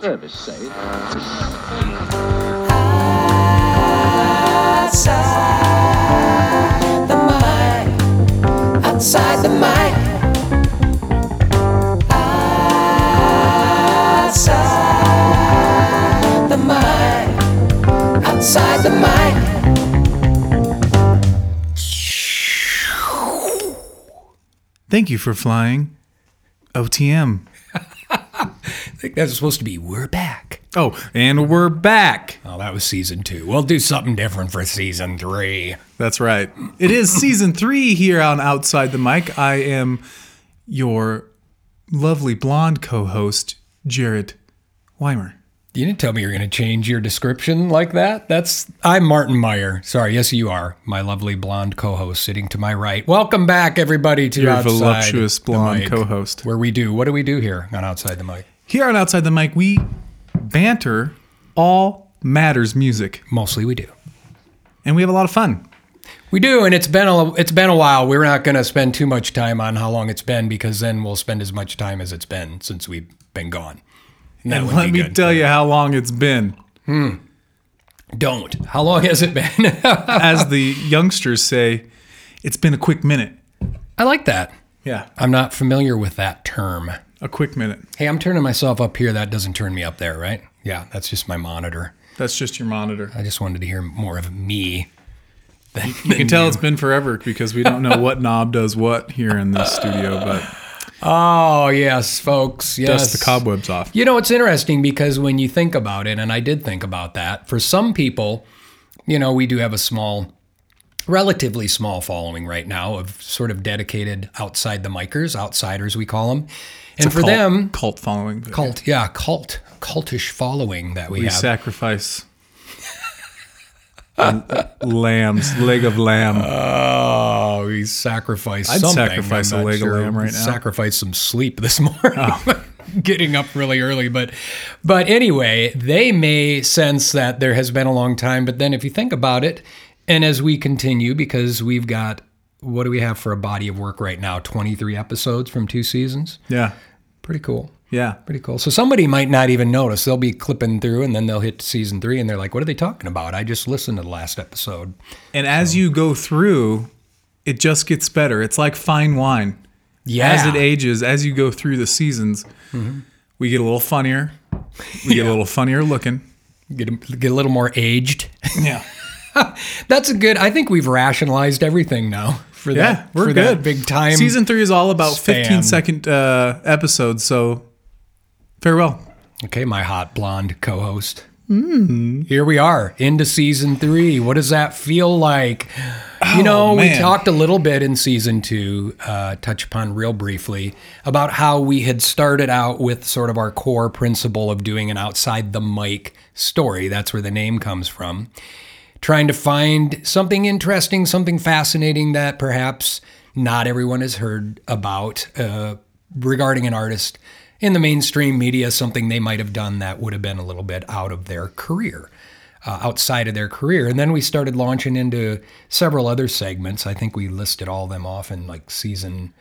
Service safe. Outside the mic. Outside the mic. Outside the mic. Outside the mic. Thank you for flying OTM. I think that's supposed to be we're back. Oh, and we're back. Oh, that was season two. We'll do something different for season three. That's right. It is season three here on Outside the Mic. I am your lovely blonde co host, Jared Weimer. You didn't tell me you're going to change your description like that. That's I'm Martin Meyer. Sorry, yes, you are. My lovely blonde co-host sitting to my right. Welcome back, everybody, to Your Outside voluptuous the blonde Mic, co-host. Where we do what do we do here on Outside the Mic? Here on Outside the Mic, we banter all matters music, Mostly we do. and we have a lot of fun. We do, and it's been a it's been a while. We're not going to spend too much time on how long it's been because then we'll spend as much time as it's been since we've been gone. And that And wouldn't let be me good. tell you how long it's been. Don't. How long has it been? As the youngsters say, it's been a quick minute. I like that. Yeah, I'm not familiar with that term. a quick minute. Hey, I'm turning myself up here. That doesn't turn me up there, right? Yeah, that's just my monitor. That's just your monitor. I just wanted to hear more of me. Than, You can tell it's been forever because we don't know what knob does what here in this studio, but Oh, yes, folks. Yes. dust the cobwebs off. You know, it's interesting because when you think about it, and I did think about that, for some people, you know, we do have a small, relatively small following right now of sort of dedicated outside the micers, outsiders, we call them. and for Cult- them, cult following. but cult, yeah, cult, cultish following that we, We have. sacrifice lambs, leg of lamb. Uh. Oh, we sacrificed I'd something. sacrifice I'm a not leg of sure. lamb right now. Oh. Sacrifice some sleep this morning. Getting up really early, but but anyway, they may sense that there has been a long time. But then, if you think about it, and as we continue, because we've got what do we have for a body of work right now? Twenty three episodes from two seasons. yeah, Pretty cool. yeah. Pretty cool. So somebody might not even notice. They'll be clipping through, and then they'll hit season three, and they're like, "What are they talking about? I just listened to the last episode." And as you go through, it just gets better. It's like fine wine. Yeah. Mm-hmm. As it ages, as you go through the seasons, we get a little funnier. We get a little funnier looking. get a, get a little more aged. Yeah. That's a good. I think we've rationalized everything now for Yeah, that. we're for good. That big time Season three is all about span. 15 second uh, episodes. So farewell. Okay, my hot blonde co-host. Hmm. Here we are into season three. What does that feel like? you know, we Oh, man. talked a little bit in season two, uh, touch upon real briefly about how we had started out with sort of our core principle of doing an outside the mic story. That's where the name comes from. Trying to find something interesting, something fascinating that perhaps not everyone has heard about uh, regarding an artist in the mainstream media, something they might have done that would have been a little bit out of their career uh, outside of their career. And then we started launching into several other segments. I think we listed all of them off in like season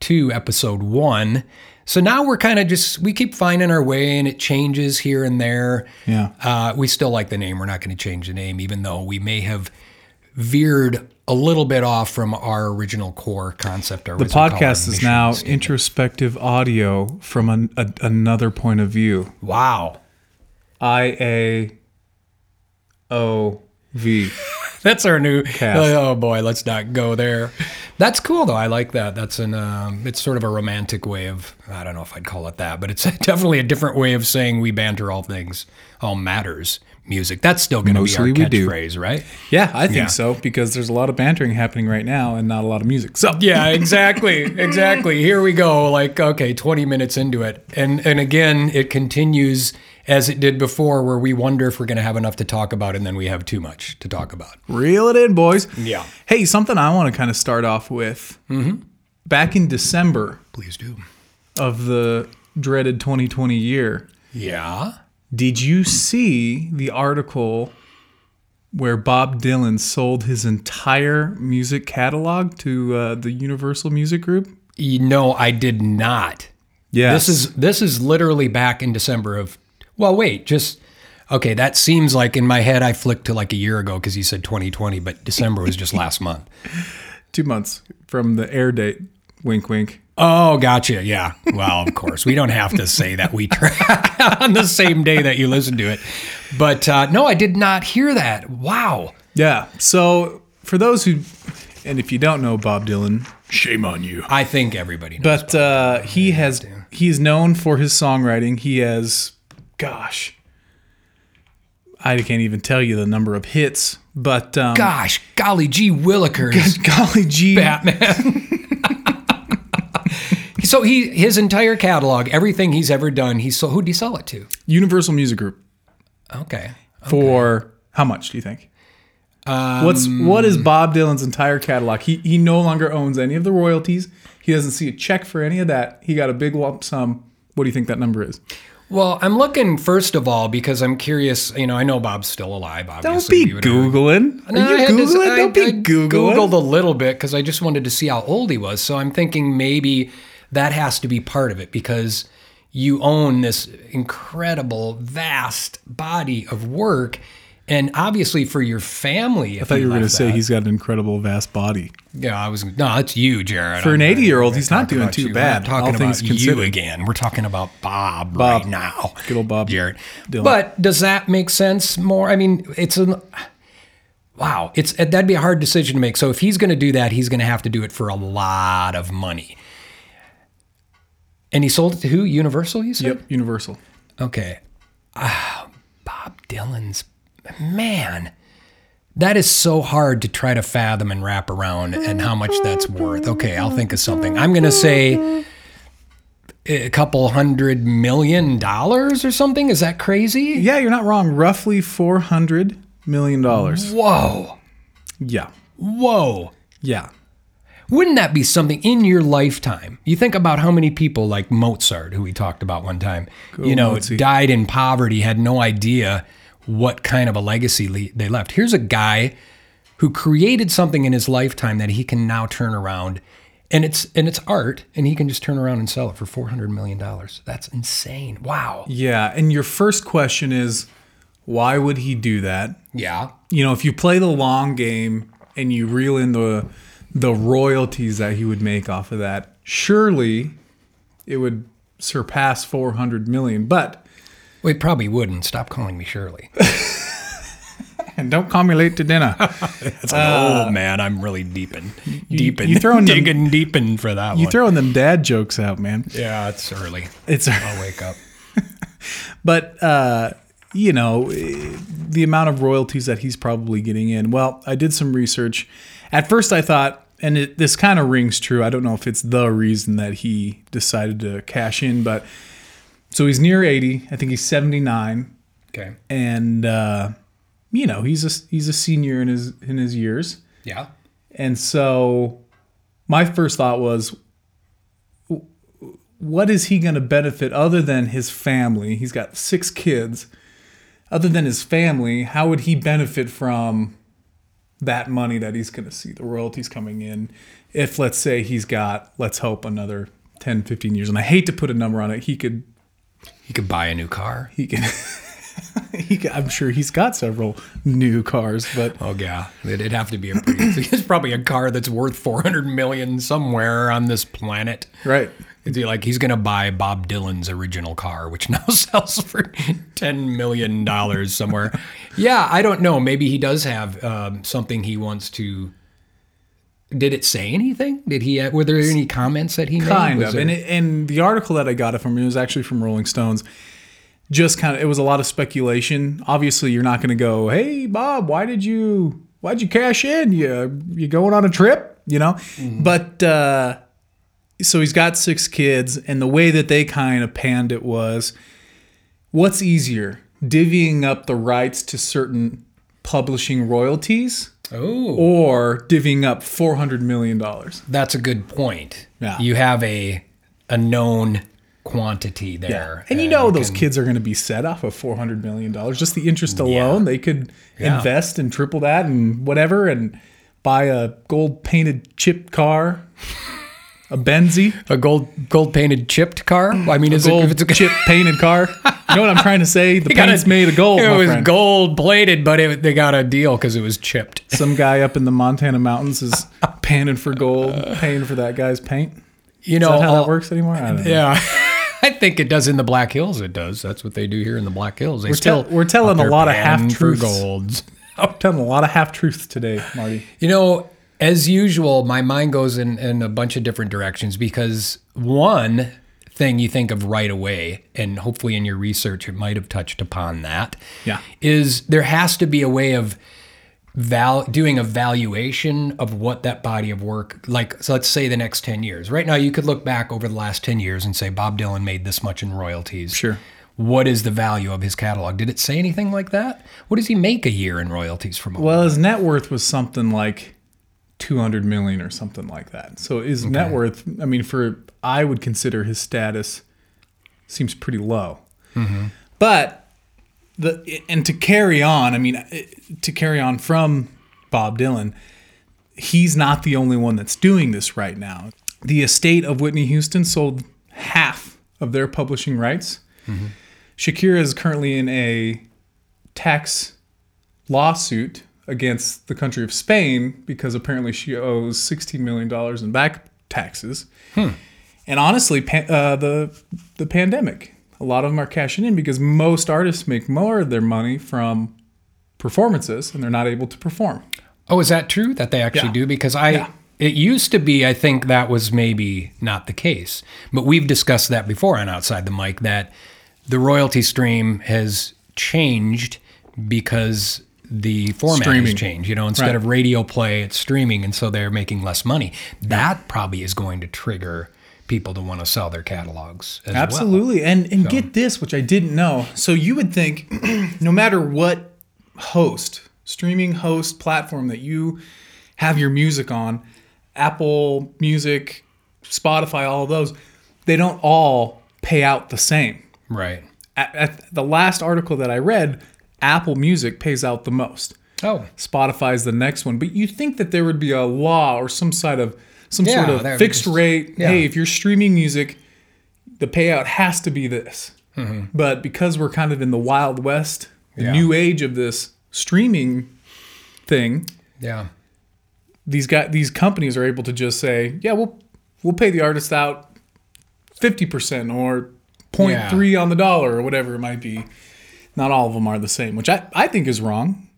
two, episode one. So now we're kind of just, we keep finding our way and it changes here and there. Yeah. Uh, we still like the name. We're not going to change the name, even though we may have veered a little bit off from our original core concept. Our The podcast is now introspective audio from an, a, another point of view. Wow. I A O V. That's our new. Cast. Oh boy, let's not go there. That's cool though. I like that. That's an. Um, it's sort of a romantic way of. I don't know if I'd call it that, but it's definitely a different way of saying we banter all things, all matters, music. That's still going to be our Mostly we do. catchphrase, right? Yeah, I think Yeah. so because there's a lot of bantering happening right now and not a lot of music. So Yeah, exactly, exactly. Here we go. Like, okay, twenty minutes into it, and and again, it continues as it did before, where we wonder if we're going to have enough to talk about, and then we have too much to talk about. reel it in, boys. Yeah. Hey, something I want to kind of start off with. Mm-hmm. Back in December Please do. of the dreaded 2020 year, Yeah. Did you see the article where Bob Dylan sold his entire E, music catalog to uh, the Universal Music Group? No, I did not. Yeah. This is this is literally back in December of. Well, wait, just okay. That seems like in my head I flicked to like a year ago because he said 2020, but December was just last month. two months from the air date. Wink, wink. Oh, gotcha. Yeah. Well, of course, we don't have to say that we track on the same day that you listen to it. But uh, no, I did not hear that. Wow. Yeah. So for those who, and if you don't know Bob Dylan, shame on you. I think everybody knows. But uh, he has he is known for his songwriting. He has, gosh, I can't even tell you the number of hits. But um, Gosh, golly gee willikers, golly gee, Batman. so he his entire catalog, everything he's ever done, he sold. Who'd he sell it to? Universal Music Group Okay. Um, for how much do you think? What's what is Bob Dylan's entire catalog? He he no longer owns any of the royalties. He doesn't see a check for any of that. He got a big lump sum. What do you think that number is? Well, I'm looking first of all because I'm curious. You know, I know Bob's still alive. Obviously, we would- googling. Are No, I you had to- googling? I- Don't be I googling. Googled a little bit because I just wanted to see how old he was. So I'm thinking maybe that has to be part of it because you own this incredible, vast body of work, and obviously for your family. I If thought you were going to left say that- he's got an incredible, vast body. Yeah, I was. No, it's you, Jared. For an I'm- 80 year old, he's I'm not doing about too you. We're bad. not talking all about things you considered. again. We're talking about Bob, Bob. right now. Good old Bob Jared. Dylan. But does that make sense more? I mean, it's an wow. It's that'd be a hard decision to make. So if he's going to do that, he's going to have to do it for a lot of money. And he sold it to who? Universal, you said. Yep, Universal. Okay. Ah, Bob Dylan's man. That is so hard to try to fathom and wrap around and how much that's worth. Okay, I'll think of something. I'm going to say a couple hundred million dollars or something. Is that crazy? Yeah, you're not wrong. Roughly four hundred million dollars. Whoa. Mm-hmm. Yeah, Whoa. yeah. Wouldn't that be something in your lifetime? You think about how many people like Mozart, who we talked about one time, you know, Mozzie. died in poverty, had no idea what kind of a legacy le- they left. Here's a guy who created something in his lifetime that he can now turn around, and it's and it's art, and he can just turn around and sell it for four hundred million dollars. That's insane! Wow. Yeah, and your first question is why would he do that? Yeah. You know, if you play the long game and you reel in the the royalties that he would make off of that, surely it would surpass 400 million. But Well, it probably wouldn't. Stop calling me Shirley. and don't call me late to dinner. It's like, oh man, I'm really deeping, deeping, Ah. you throwing them- digging deeping for that you one. throwing them dad jokes out, man. yeah, it's early. It's I'll wake up. but uh, you know eh, the amount of royalties that he's probably getting in. Well, I did some research. At first, I thought, and it, this kind of rings true. I don't know if it's the reason that he decided to cash in, but so he's near eighty. I think he's seventy nine, Okay. and uh, you know he's a he's a senior in his in his years. Yeah. And so my first thought was w- what is he going to benefit other than his family? He's got six kids. Other than his family, how would he benefit from that money that he's going to see, the royalties coming in? If, let's say, he's got, let's hope, another 10, 15 years. And I hate to put a number on it. He could, You could buy a new car. he can. He, could- I'm sure he's got several new cars, but Oh yeah, it'd have to be a pretty. it's probably a car that's worth four hundred million somewhere on this planet. right, It'd be like he's gonna buy Bob Dylan's original car, which now sells for ten million dollars somewhere. yeah, I don't know. Maybe he does have um, something he wants to. Did it say anything? Did he? Were there any comments that he made? kind Was of there- and it, and the article that i got it from it was actually from rolling stones just kind of it was a lot of speculation obviously you're not going to go hey bob why did you why'd you cash in you you going on a trip you know but uh so he's got six kids and the way that they kind of panned it was what's easier divvying up the rights to certain publishing royalties oh. or divvying up 400 million dollars That's a good point. Yeah. You have a a known quantity there. uh, And you know that those kids are going to be set off of four hundred million dollars. Just the interest alone, they could Yeah. invest and triple that and whatever, and buy a gold painted chip car, a Benzie, A gold gold painted chipped car. I mean, is it, gold if it's a chip painted car. You know what I'm trying to say? The They got paint's made of gold. It my was friend. gold plated, but it, they got a deal because it was chipped. Some guy up in the Montana mountains is panning for gold, paying for that guy's paint. Is You know that how all- that works anymore? I don't know. Yeah. I think it does in the Black Hills. It does. That's what they do here in the Black Hills. They We're still tell- we're telling up a there lot of panning for half-truths. golds. I'm telling a lot of half truths today, Marty. You know, as usual, my mind goes in, in a bunch of different directions because one thing you think of right away, and hopefully in your research it might have touched upon that, Yeah. is there has to be a way of val doing a valuation of what that body of work like so let's say the next 10 years right now you could look back over the last 10 years and say bob dylan made this much in royalties Sure. what is the value of his catalog did it say anything like that what does he make a year in royalties from all Well, his net worth was something like 200 million or something like that. So his net worth, I mean, for I would consider his status seems pretty low. But the and to carry on, I mean, it- to carry on from Bob Dylan, he's not the only one that's doing this right now. The estate of Whitney Houston sold half of their publishing rights. Shakira is currently in a tax lawsuit against the country of Spain because apparently she owes $16 million in back taxes. And honestly, pan, uh, the the pandemic, a lot of them are cashing in because most artists make more of their money from performances, and they're not able to perform. Oh, is that true that they actually Yeah. do? Because I Yeah. it used to be I think that was maybe not the case. But we've discussed that before on outside the mic that the royalty stream has changed because the format Streaming. has changed, you know, instead Right. of radio play, it's streaming and so they're making less money. That probably is going to trigger people to want to sell their catalogs as well. Absolutely. And and get this, which I didn't know. So you would think no matter what host, streaming host platform that you have your music on, Apple Music, Spotify, all of those, they don't all pay out the same. Right. At, at the last article that I read, Apple Music pays out the most. Oh. Spotify's the next one. But you think that there would be a law or some side of some Yeah, sort that of would fixed just- rate? yeah. Hey, if you're streaming music, the payout has to be this. But because we're kind of in the wild west, the Mm-hmm. Yeah. new age of this streaming thing, Yeah. these guy these companies are able to just say, yeah, we'll we'll pay the artist out fifty percent or 0.3 on the dollar or whatever it might be. Not all of them are the same, which I, I think is wrong.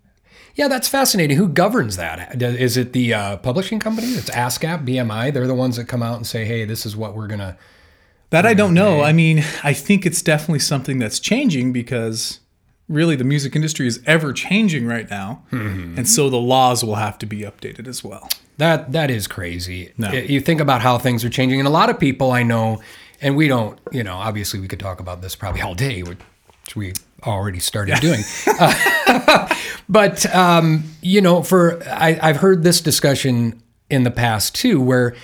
Yeah, that's fascinating. Who governs that? Do- Is it the uh, publishing company? It's ASCAP, BMI. They're the ones that come out and say, "Hey, this is what we're gonna." That I don't know. I mean, I think it's definitely something that's changing because really the music industry is ever changing right now. And so the laws will have to be updated as well. That that is crazy. Y- You think about how things are changing, and a lot of people I know, and we don't. You know, obviously, we could talk about this probably all day, which we already started doing. Uh, but um, you know, for I, I've heard this discussion in the past too, where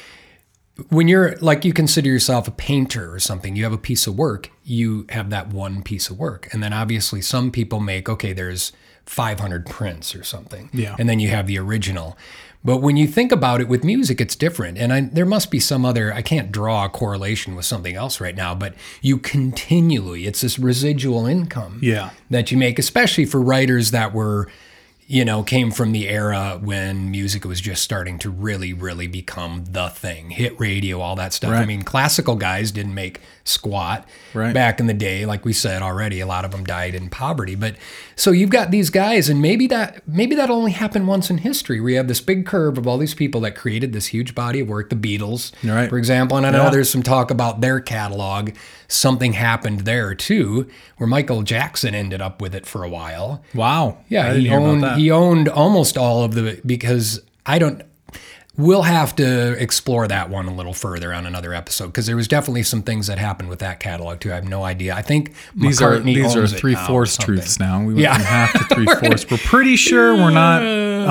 when you're like you consider yourself a painter or something you have a piece of work you have that one piece of work and then obviously some people make okay there's 500 prints or something Yeah. and then you have the original but when you think about it with music it's different and I, there must be some other i can't draw a correlation with something else right now but you continually it's this residual income Yeah. that you make, especially for writers that were, you know, came from the era when music was just starting to really, really become the thing. Hit radio, all that stuff. I Right. mean, classical guys didn't make squat Right. back in the day. Like we said already, a lot of them died in poverty. But so you've got these guys, and maybe that maybe that only happened once in history. where you have this big curve of all these people that created this huge body of work, the Beatles, Right. for example. And I know Yeah. there's some talk about their catalog. Something happened there too, where Michael Jackson ended up with it for a while. Wow. I Yeah, didn't he hear about owned that. he owned almost all of the because I don't. We'll have to explore that one a little further on another episode because there was definitely some things that happened with that catalog too. I have no idea. I think these are McCartney these are owns it now or three fourths something. truths now. We went Yeah. from half to three fourths. We're pretty sure we're not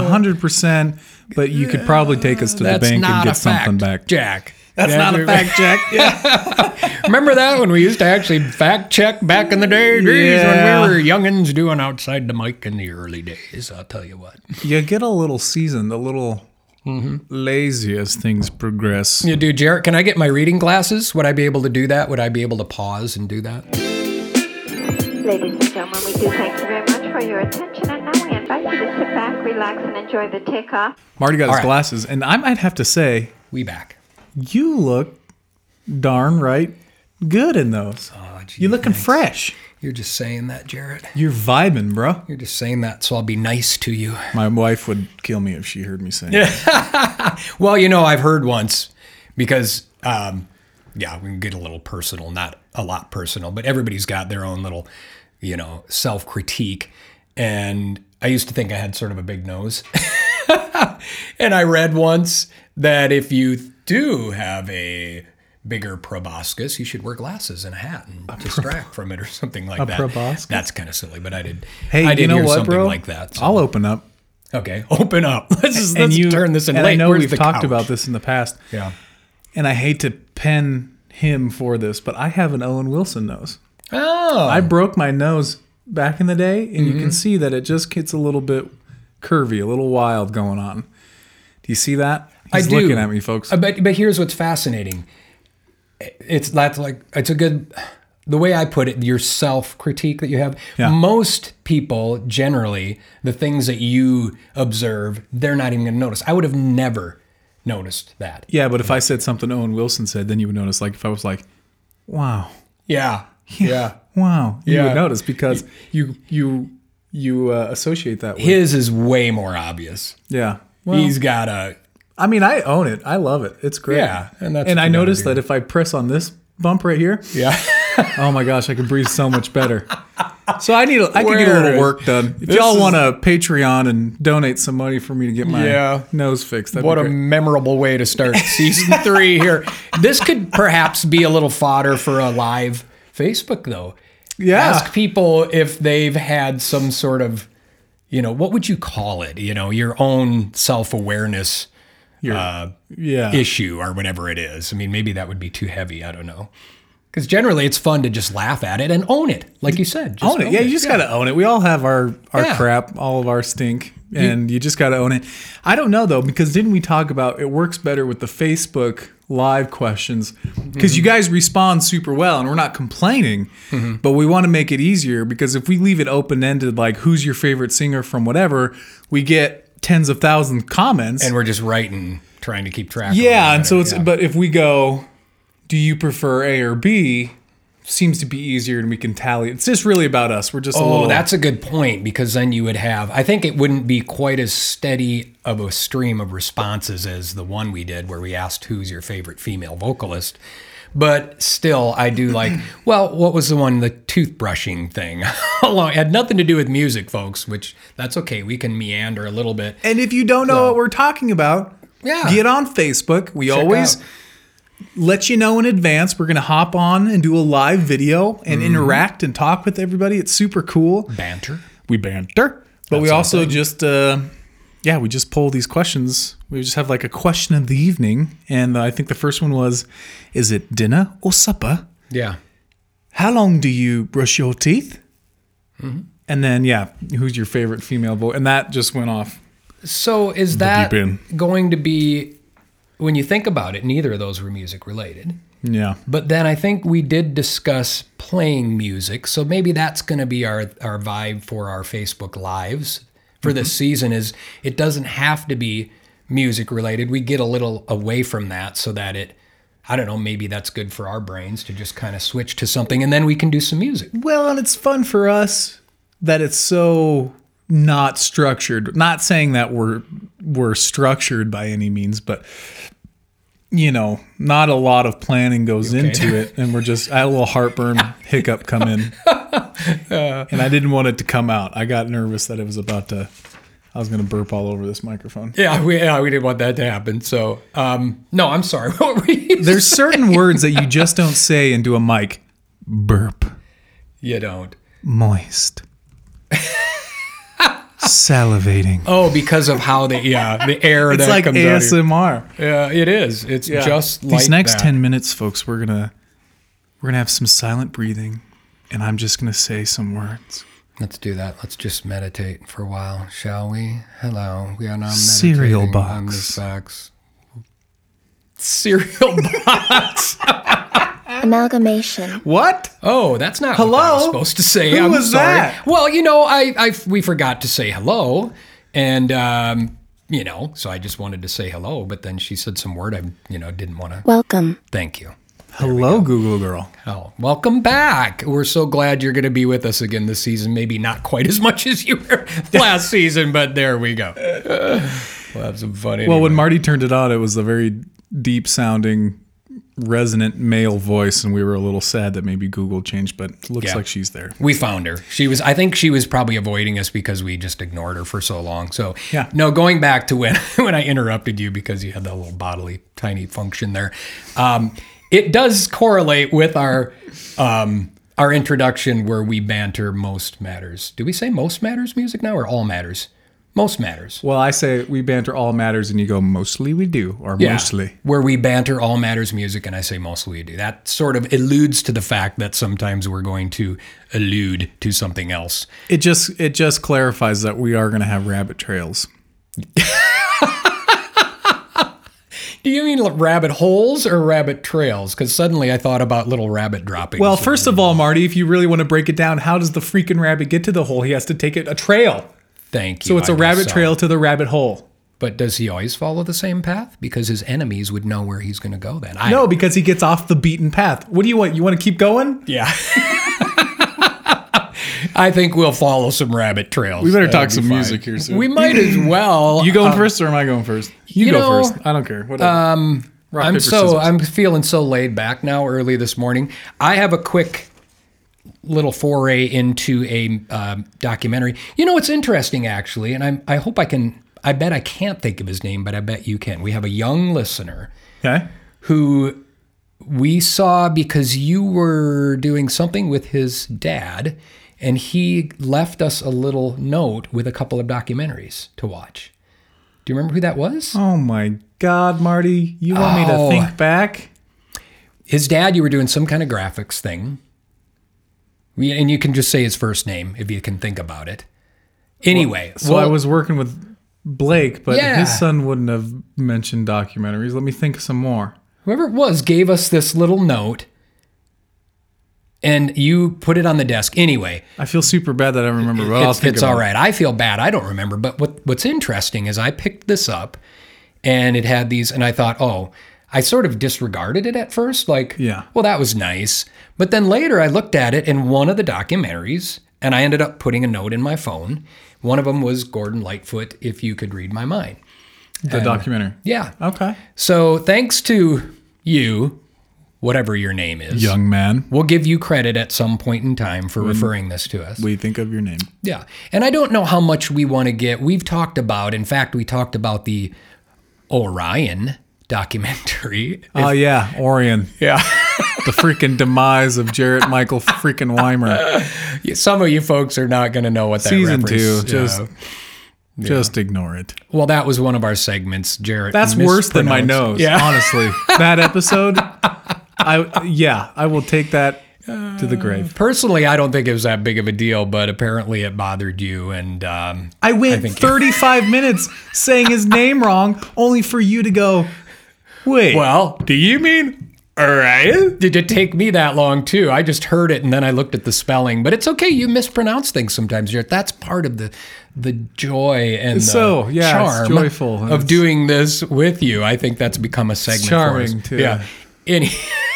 hundred percent, but you could probably take us to the That's bank not and a get fact, something back. Jack. That's not a fact check. Yeah. Remember that when we used to actually fact check back in the day? Geez, Yeah. when we were youngins doing outside the mic in the early days, I'll tell you what. you get a little seasoned, a little Mm-hmm. lazy as things progress. You do, Jarrett. Can I get my reading glasses? Would I be able to do that? Would I be able to pause and do that? Ladies and gentlemen, we do thank you very much for your attention, and now we invite you to sit back, relax, and enjoy the takeoff. Marty got his right. glasses, and I might have to say, We back. you look darn right good in those. Oh, gee, You're looking thanks. fresh. You're just saying that, Jarrett. You're vibing, bro. You're just saying that, so I'll be nice to you. My wife would kill me if she heard me saying. Yeah. Well, you know, I've heard once because, um, yeah, we can get a little personal, not a lot personal, but everybody's got their own little, you know, self critique. And I used to think I had sort of a big nose. and I read once that if you do have a bigger proboscis, you should wear glasses and a hat and distract from it or something like that. proboscis? That's kind of silly, but I did. Hey, I you did know hear what, something bro? like that. so- I'll open up. okay, open up. Let's just let's turn this in. and I Wait, know where's we've the talked couch? about this in the past, Yeah. and I hate to pen him for this, but I have an Owen Wilson nose. Oh, I broke my nose back in the day, and you Mm-hmm. can see that it just gets a little bit curvy, a little wild going on. Do you see that? He's I do. looking at me, folks. Uh, But but here's what's fascinating. It's that's like it's a good the way I put it, your self critique that you have. Yeah. Most people generally, the things that you observe, they're not even gonna notice. I would have never noticed that. yeah, but if I said something Owen Wilson said, then you would notice. Like if I was like, "Wow, Yeah. Yeah. wow," you Yeah. would notice because you you you uh, associate that with His is way more obvious. yeah. Well, He's got a I mean, I own it. I love it. It's great. Yeah, and and that's and what I you gotta noticed do. that if I press on this bump right here, yeah. Oh my gosh, I can breathe so much better. So I need a, I could get a Where is- little work done. If this y'all is- want to Patreon and donate some money for me to get my Yeah. nose fixed, that'd What be a great. memorable way to start season three here. This could perhaps be a little fodder for a live Facebook, though. Yeah. Ask people if they've had some sort of, you know, what would you call it? You know, your own self awareness uh, yeah. issue or whatever it is. I mean, maybe that would be too heavy. I don't know. Because generally it's fun to just laugh at it and own it, like you said. Just Own it. Yeah, you just got to own it. We all have our our Yeah. crap, all of our stink, and you, just got to own it. I don't know though because didn't we talk about it works better with the Facebook live questions because Mm-hmm. you guys respond super well and we're not complaining, but we want to make it easier because if we leave it open ended like who's your favorite singer from whatever, we get tens of thousands comments And we're just writing, trying to keep track. of yeah, it, and so it's yeah. but if we go, do you prefer A or B? Seems to be easier, and we can tally. It's just really about us. We're just a Oh, little. that's a good point because then you would have. I think it wouldn't be quite as steady of a stream of responses as the one we did, where we asked who's your favorite female vocalist. But still, I do like. Well, what was the one? The toothbrushing thing. Hello, it had nothing to do with music, folks. Which that's okay. We can meander a little bit. And if you don't know what we're talking about, Yeah. get on Facebook. We Check always out. let you know in advance. We're gonna hop on and do a live video Mm-hmm. and interact and talk with everybody. It's super cool. banter. We banter, but we That's also just. Uh, yeah, we just poll these questions. We just have like a question of the evening. And I think the first one was Is it dinner or supper? Yeah. how long do you brush your teeth? Mm-hmm. And then, yeah, who's your favorite female voice? And that just went off. So is that deep end. going to be? When you think about it, neither of those were music related. Yeah. But then I think we did discuss playing music, so maybe that's going to be our our vibe for our Facebook lives for this season. Is it doesn't have to be music related. We get a little away from that so that it, I don't know, maybe that's good for our brains to just kind of switch to something, and then we can do some music. Well, and it's fun for us that it's so not structured. Not saying that we're we're structured by any means, but you know, not a lot of planning goes into it, and we're just I had a little heartburn hiccup come in, and I didn't want it to come out. I got nervous that it was about to. I was going to burp all over this microphone. Yeah, we yeah, we didn't want that to happen. So um, no, I'm sorry. What were you? There's certain words that you just don't say into a mic. Burp, You don't. moist, salivating. Oh, because of how the yeah the air it's that like comes out. Of ASMR. your, yeah, it is. It's just like These next that. ten minutes, folks, we're gonna we're gonna have some silent breathing, and I'm just gonna say some words. Let's do that. Let's just meditate for a while, shall we? Hello. We are now Cereal meditating box. on this box. Cereal box. Amalgamation. what? Oh, that's not hello. What I was Hello? supposed to say. Who I'm was sorry. that? Well, you know, I, I we forgot to say hello, and um, you know, so I just wanted to say hello, but then she said some word I, you know, didn't want to. Welcome. Thank you. Hello, Google girl. Oh, welcome back. We're so glad you're going to be with us again this season. Maybe not quite as much as you were last season, but there we go. We'll have some fun. Well, anyway. when Marty turned it on, it was a very deep sounding, resonant male voice, and we were a little sad that maybe Google changed, but it looks Yeah. like she's there. We found her. She was. I think she was probably avoiding us because we just ignored her for so long. So Yeah. No, going back to when when I interrupted you because you had that little bodily tiny function there. Um, it does correlate with our um, our introduction where we banter most matters. Do we say most matters music now or all matters? Most matters. Well, I say we banter all matters, and you go, mostly we do, or mostly. Where we banter all matters music, and I say mostly we do. That sort of alludes to the fact that sometimes we're going to allude to something else. It just it just clarifies that we are going to have rabbit trails. Do you mean rabbit holes or rabbit trails? Because suddenly I thought about little rabbit droppings. Well, first of all, Marty, if you really want to break it down, how does the freaking rabbit get to the hole? He has to take it a trail. thank you. So it's a a rabbit trail to the rabbit hole. But does he always follow the same path? Because his enemies would know where he's going to go. Then I No, because he gets off the beaten path. What do you want? You want to keep going? yeah. I think we'll follow some rabbit trails. We better That'll talk be some fine. music here soon. We might as well. Uh, You going first or am I going first? Um, You, you go know, first. I don't care. Whatever. Um, Rock, I'm paper, so scissors. I'm feeling so laid back now. Early this morning, I have a quick little foray into a um, documentary. You know, it's interesting actually, and I'm I hope I can. I bet I can't think of his name, but I bet you can. We have a young listener okay. who we saw because you were doing something with his dad, and he left us a little note with a couple of documentaries to watch. Do you remember who that was? Oh my God, Marty, you want me to Oh. think back? his dad you were doing some kind of graphics thing we, and you can just say his first name if you can think about it anyway So I was working with Blake, but Yeah. his son wouldn't have mentioned documentaries. Let me think some more. whoever it was gave us this little note and you put it on the desk anyway I feel super bad that I remember. But I'll it's, think it's about all it. right. I feel bad. I don't remember. But what what's interesting is I picked this up, and it had these, and I thought, oh, I sort of disregarded it at first, like, Yeah. well, that was nice. But then later, I looked at it in one of the documentaries, and I ended up putting a note in my phone. One of them was Gordon Lightfoot, if you could read my mind. The documentary. Yeah. Okay. So thanks to you, whatever your name is, Young Mm-hmm. man, we'll give you credit at some point in time for referring this to us. we think of your name. Yeah. And I don't know how much we want to get. We've talked about, in fact, we talked about the Orion documentary. Oh yeah, Orion. Yeah. the freaking demise of Jarrett Michael freaking Weimer. Some of you folks are not going to know what that Season two. reference- Just Yeah. just ignore it. well, that was one of our segments, Jared. That's worse than my nose, mispronounced- Yeah. honestly. that episode, I yeah, I will take that to the grave. Personally, I don't think it was that big of a deal, but apparently it bothered you. And um, I went think- 35 minutes saying his name wrong, only for you to go, wait, well, do you mean Orion? did it take me that long too? I just heard it and then I looked at the spelling. But it's okay, you mispronounce things sometimes, Jarrett. That's part of the the joy and the So, yeah, it's charm joyful. of It's- doing this with you. I think that's become a segment. for charming, us. too. Yeah. Any,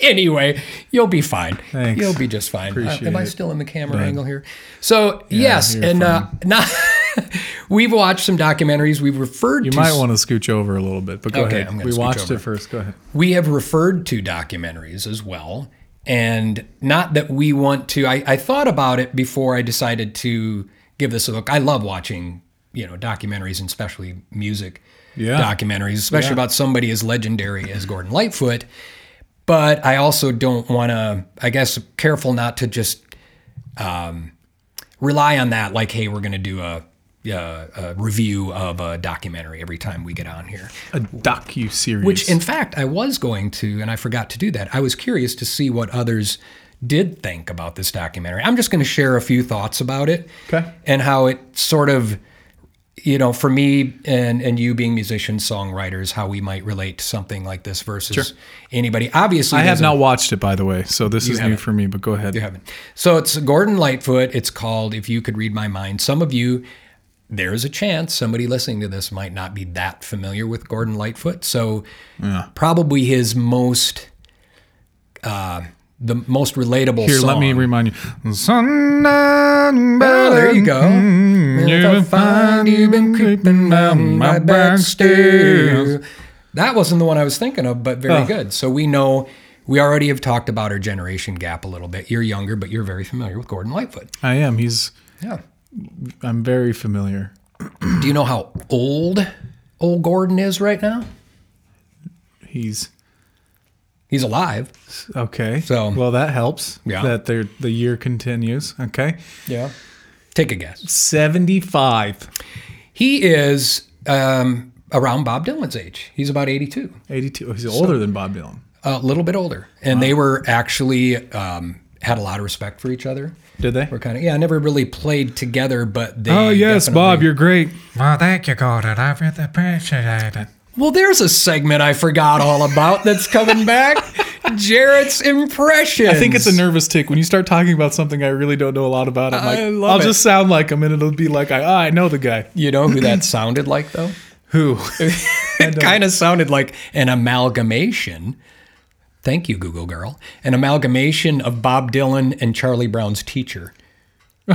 anyway, you'll be fine. Thanks. You'll be just fine. Uh, Appreciate am I it, still in the camera angle here? So yes, you're and uh, not. We've watched some documentaries. We've referred You to might want to scooch over a little bit, but go Okay, I'm ahead. gonna We scooch watched over. it first. Go ahead. we have referred to documentaries as well. And not that we want to, I, I thought about it before I decided to give this a look. I love watching, you know, documentaries and especially music Yeah. documentaries, especially about somebody as legendary as Gordon Lightfoot. But I also don't want to, I guess, careful not to just um, rely on that like hey we're going to do a, a, a review of a documentary every time we get on here A docu series. which, in fact, I was going to, and I forgot to do that. I was curious to see what others did think about this documentary. I'm just going to share a few thoughts about it Okay. and how it sort of, you know, for me and and you being musicians, songwriters, how we might relate to something like this versus anybody. Obviously, I have there's a- not watched it, by the way, so this is new haven't. for me. But go ahead. you haven't. So it's Gordon Lightfoot. It's called If You Could Read My Mind. Some of you, there's a chance somebody listening to this might not be that familiar with Gordon Lightfoot. So probably his most uh the most relatable Here, song. let me remind you. Sundown, Oh, there you go. Mm-hmm. been fine, Mm-hmm. you've been creeping down my back stairs. That wasn't the one I was thinking of, but very Oh. good. So we know we already have talked about our generation gap a little bit. You're younger, but you're very familiar with Gordon Lightfoot. I am. He's. Yeah. I'm very familiar. Do you know how old old Gordon is right now? He's He's alive. okay. So- well, that helps. Yeah. That their the year continues. Okay. Yeah. Take a guess. Seventy five. He is um, around Bob Dylan's age. He's about 82, 82. Oh, He's older than Bob Dylan. a little bit older. And they were actually um, had a lot of respect for each other. Did they? We're kind of, yeah, never really played together, but they. Oh yes, Bob, definitely- you're great. Well, thank you, Gordon. I really appreciate it. Well, there's a segment I forgot all about that's coming back Jarrett's impression. I think it's a nervous tick when you start talking about something I really don't know a lot about. I'm like, I love I'll it. just sound like him, and it'll be like I, ah, I know the guy. You know who that sounded like, though? Who? it kind of sounded like an amalgamation. Thank you, Google Girl. An amalgamation of Bob Dylan and Charlie Brown's teacher. Do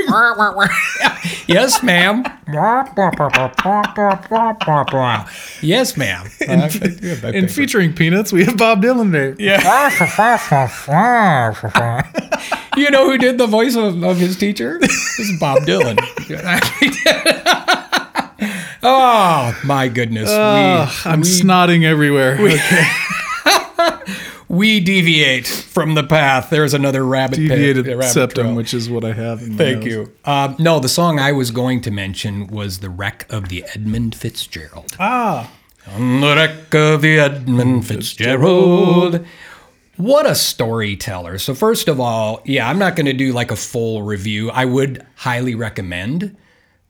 you remember- yes, ma'am. Yes, ma'am. and featuring Peanuts, we have Bob Dylan there. Yeah. You know who did the voice of, of his teacher? This is Bob Dylan. oh my goodness. we, I'm snotting everywhere. Okay. we deviate from the path. There's another rabbit pit- Deviated rabbit septum, trail. which is what I have. In my Thank nose. you. Um, no, the song I was going to mention was The Wreck of the Edmund Fitzgerald. Ah, On the Wreck of the Edmund Mm, Fitzgerald. What a storyteller. So, first of all, yeah, I'm not going to do like a full review. I would highly recommend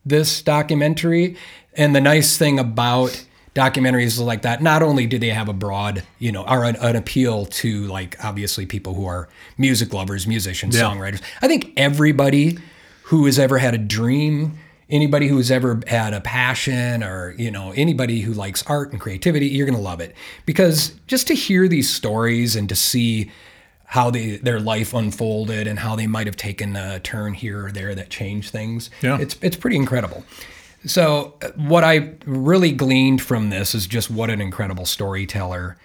this documentary. And the nice thing about documentaries like that, not only do they have a broad, you know, are an, an appeal to like obviously people who are music lovers, musicians, songwriters. I think everybody who has ever had a dream, anybody who's ever had a passion or, you know, anybody who likes art and creativity, you're going to love it. Because just to hear these stories and to see how they, their life unfolded and how they might have taken a turn here or there that changed things. Yeah. It's it's pretty incredible. So uh, what I really gleaned from this is just what an incredible storyteller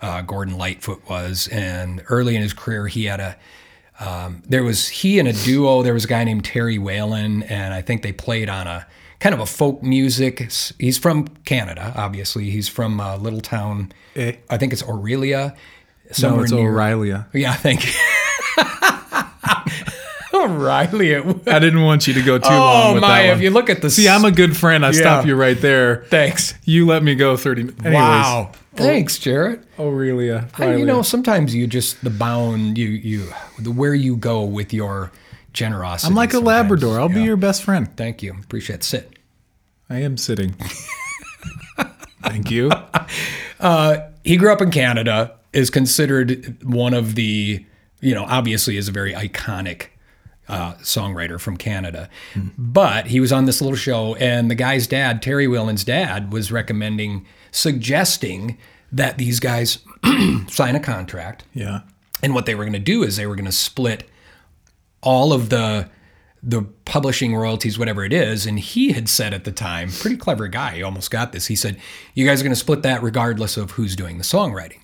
uh, Gordon Lightfoot was. And early in his career, he had a um, there was he and a duo. There was a guy named Terry Whalen, and I think they played on a kind of a folk music. s- He's from Canada, obviously. He's from a little town. Eh. I think it's Aurelia. no, Somewhere it's near- O'Reilly. yeah, thank you. O'Reilly. It was. I didn't want you to go too long Oh with my! that If one. you look at the See, I'm a good friend. I stop you right there. thanks. You let me go 30 minutes. Wow. Thanks, Jarrett. Aurelia. I- you know, sometimes you just the bound you you the where you go with your generosity. I'm like a sometimes. Labrador. I'll be Yeah. your best friend. Thank you. Appreciate it. Sit. I am sitting. Thank you. he grew up in Canada, is considered one of the, you know, obviously is a very iconic uh, songwriter from Canada. Hmm. But he was on this little show, and the guy's dad, Terry Whelan's dad, was recommending, suggesting that these guys sign a contract. Yeah. And what they were going to do is they were going to split all of the the publishing royalties, whatever it is. And he had said at the time, pretty clever guy, he almost got this. He said, "You guys are going to split that regardless of who's doing the songwriting."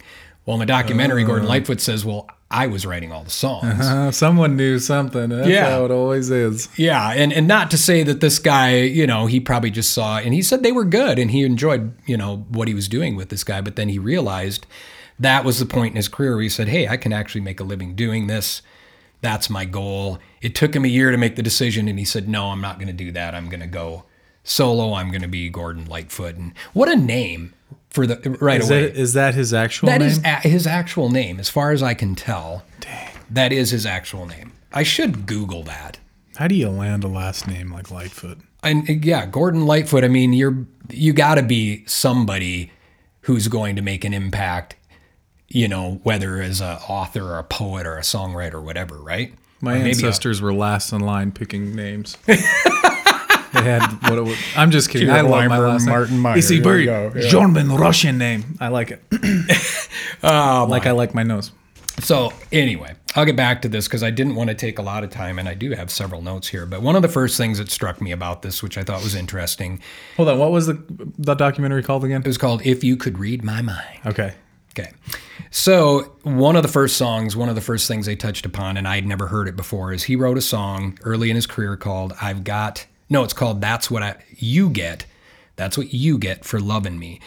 Well, in the documentary, Gordon Lightfoot says, "Well, I was writing all the songs." Uh, someone knew something. That's Yeah. how it always is. Yeah, and and not to say that this guy, you know, he probably just saw and he said they were good and he enjoyed, you know, what he was doing with this guy, but then he realized that was the point in his career where he said, "Hey, I can actually make a living doing this. That's my goal." It took him a year to make the decision and he said, "No, I'm not going to do that. I'm going to go solo, I'm going to be Gordon Lightfoot. And what a name for the right Is away. that, is that his actual That name? is a- his actual name, as far as I can tell. That is his actual name. I should Google that. How do you land a last name like Lightfoot? And uh, yeah, Gordon Lightfoot. I mean, you're you got to be somebody who's going to make an impact. You know, whether as a author or a poet or a songwriter or whatever, right? My Or maybe a- ancestors were last in line picking names. they had what it was. I'm just kidding. I Hugh love my Weimer, last Martin name. Meyer. It's a There very you go, yeah. German Russian name. I like it. like I like Oh, my nose. So anyway, I'll get back to this because I didn't want to take a lot of time, and I do have several notes here. But one of the first things that struck me about this, which I thought was interesting, Hold on. What was the the documentary called again? it was called "If You Could Read My Mind." Okay. Okay. So, one of the first songs, one of the first things they touched upon, and I'd never heard it before, is he wrote a song early in his career called I've Got, no, it's called That's What I, You Get. That's What You Get for Loving Me.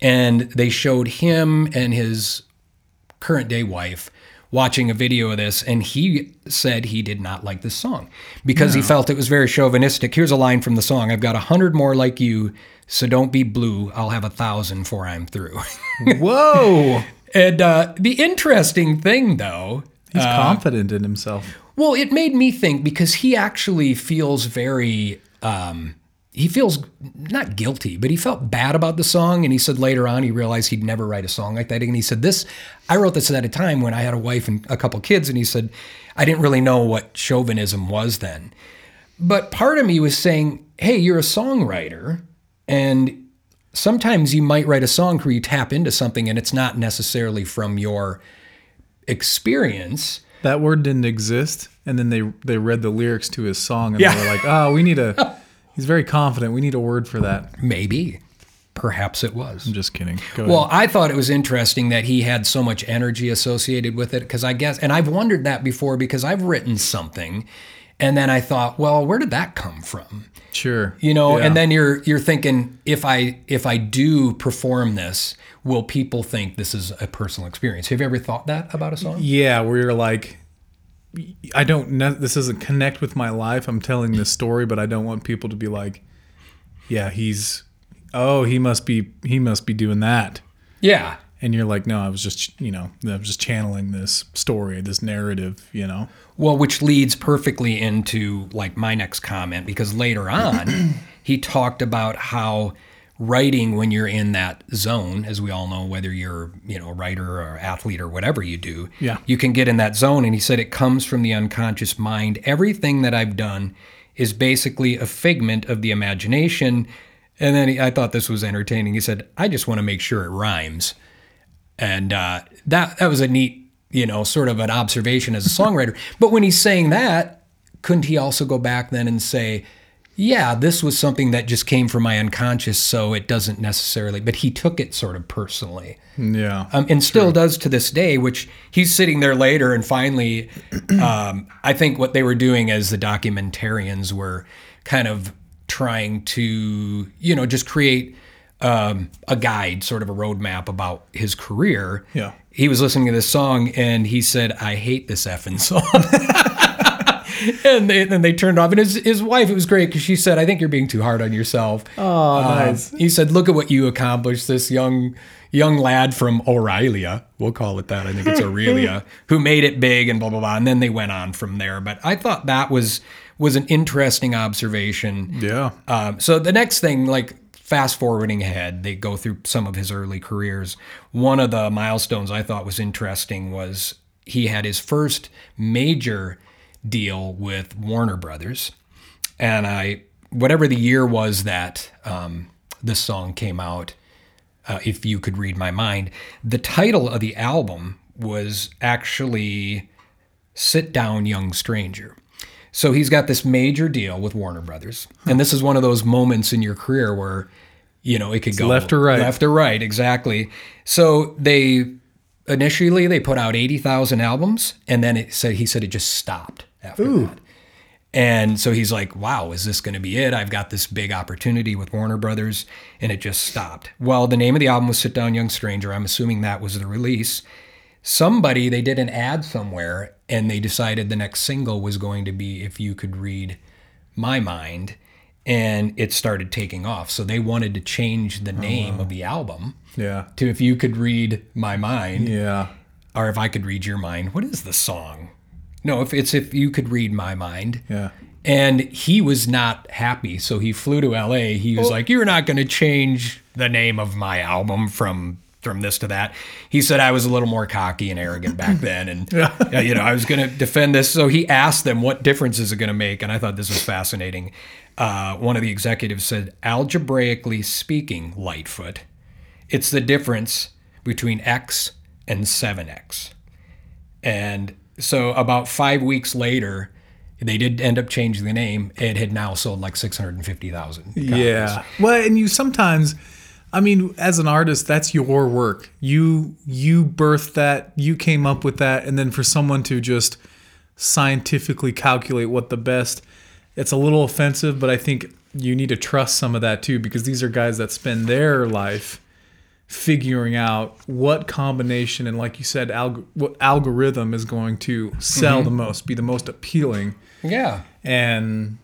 And they showed him and his current day wife watching a video of this and he said he did not like this song because he felt it was very chauvinistic here's a line from the song i've got a hundred more like you so don't be blue i'll have a thousand before i'm through Whoa. and uh, the interesting thing, though, He's confident in himself. well, it made me think because he actually feels very. Um, he feels not guilty, but he felt bad about the song. And he said later on, he realized he'd never write a song like that. And he said, This, I wrote this at a time when I had a wife and a couple kids. And he said, I didn't really know what chauvinism was then. But part of me was saying, Hey, you're a songwriter. And sometimes you might write a song where you tap into something and it's not necessarily from your experience. That word didn't exist, and then they they read the lyrics to his song, and Yeah. they were like, "Oh, we need a." He's very confident. We need a word for that. I'm Maybe. Perhaps it was. just kidding. Go ahead. Well, I thought it was interesting that he had so much energy associated with it because I guess, and I've wondered that before because I've written something and then I thought, well, where did that come from? sure. You know, Yeah. and then you're you're thinking if I if I do perform this, will people think this is a personal experience? Have you ever thought that about a song? Yeah, where you're like, I don't know. This doesn't connect with my life. I'm telling this story, but I don't want people to be like, yeah, he's, oh, he must be, he must be doing that. Yeah. And you're like, no, I was just, you know, I was just channeling this story, this narrative, you know. Well, which leads perfectly into like my next comment because later on he talked about how writing when you're in that zone, as we all know, whether you're, you know, a writer or athlete or whatever you do, Yeah. you can get in that zone. And he said it comes from the unconscious mind. Everything that I've done is basically a figment of the imagination. And then he, I thought this was entertaining. He said, I just want to make sure it rhymes and uh, that that was a neat, you know, sort of an observation as a songwriter. But when he's saying that, couldn't he also go back then and say, "Yeah, this was something that just came from my unconscious, so it doesn't necessarily." But he took it sort of personally, Yeah. um, and still does to this day. Which he's sitting there later, and finally, um, I think what they were doing as the documentarians were kind of trying to, you know, just create. Um, a guide, sort of a roadmap about his career Yeah. he was listening to this song and he said, I hate this effing song. and they, then they turned off. And his, his wife, it was great because she said, I think you're being too hard on yourself. Oh, nice. He said, Look at what you accomplished, this young young lad from Aurelia. We'll call it that. I think it's Aurelia, who made it big and blah, blah, blah. And then they went on from there. But I thought that was was an interesting observation. yeah. Um, so the next thing, like fast forwarding ahead, they go through some of his early careers. One of the milestones I thought was interesting was he had his first major deal with Warner Brothers, and I whatever the year was that um, this song came out. Uh, if you could read my mind, the title of the album was actually sit down young stranger so he's got this major deal with warner brothers and this is one of those moments in your career where you know it could go left or right. left or right exactly so they initially they put out 80000 albums and then it said he said it just stopped after that and so he's like wow is this going to be it i've got this big opportunity with warner brothers and it just stopped well the name of the album was sit down young stranger i'm assuming that was the release somebody they did an ad somewhere and they decided the next single was going to be if you could read my mind and it started taking off. So they wanted to change the name of the album Yeah. to If You Could Read My Mind Yeah. or If I Could Read Your Mind. What is the song? No, if it's If You Could Read My Mind. Yeah. And he was not happy. So he flew to LA. He was like, You're not going to change the name of my album from from this to that. He said I was a little more cocky and arrogant back then and yeah, you know, I was going to defend this. So he asked them what difference is it going to make and I thought this was fascinating. Uh, one of the executives said, "Algebraically speaking, Lightfoot, it's the difference between X and 7X." And so about five weeks later, they did end up changing the name. It had now sold like 650,000. copies. Yeah. Well, and you sometimes, I mean, as an artist, that's your work. You you birthed that, you came up with that, and then for someone to just scientifically calculate what the best, it's a little offensive, but I think you need to trust some of that too, because these are guys that spend their life figuring out what combination and like you said alg- what algorithm is going to sell the most be the most appealing Yeah. and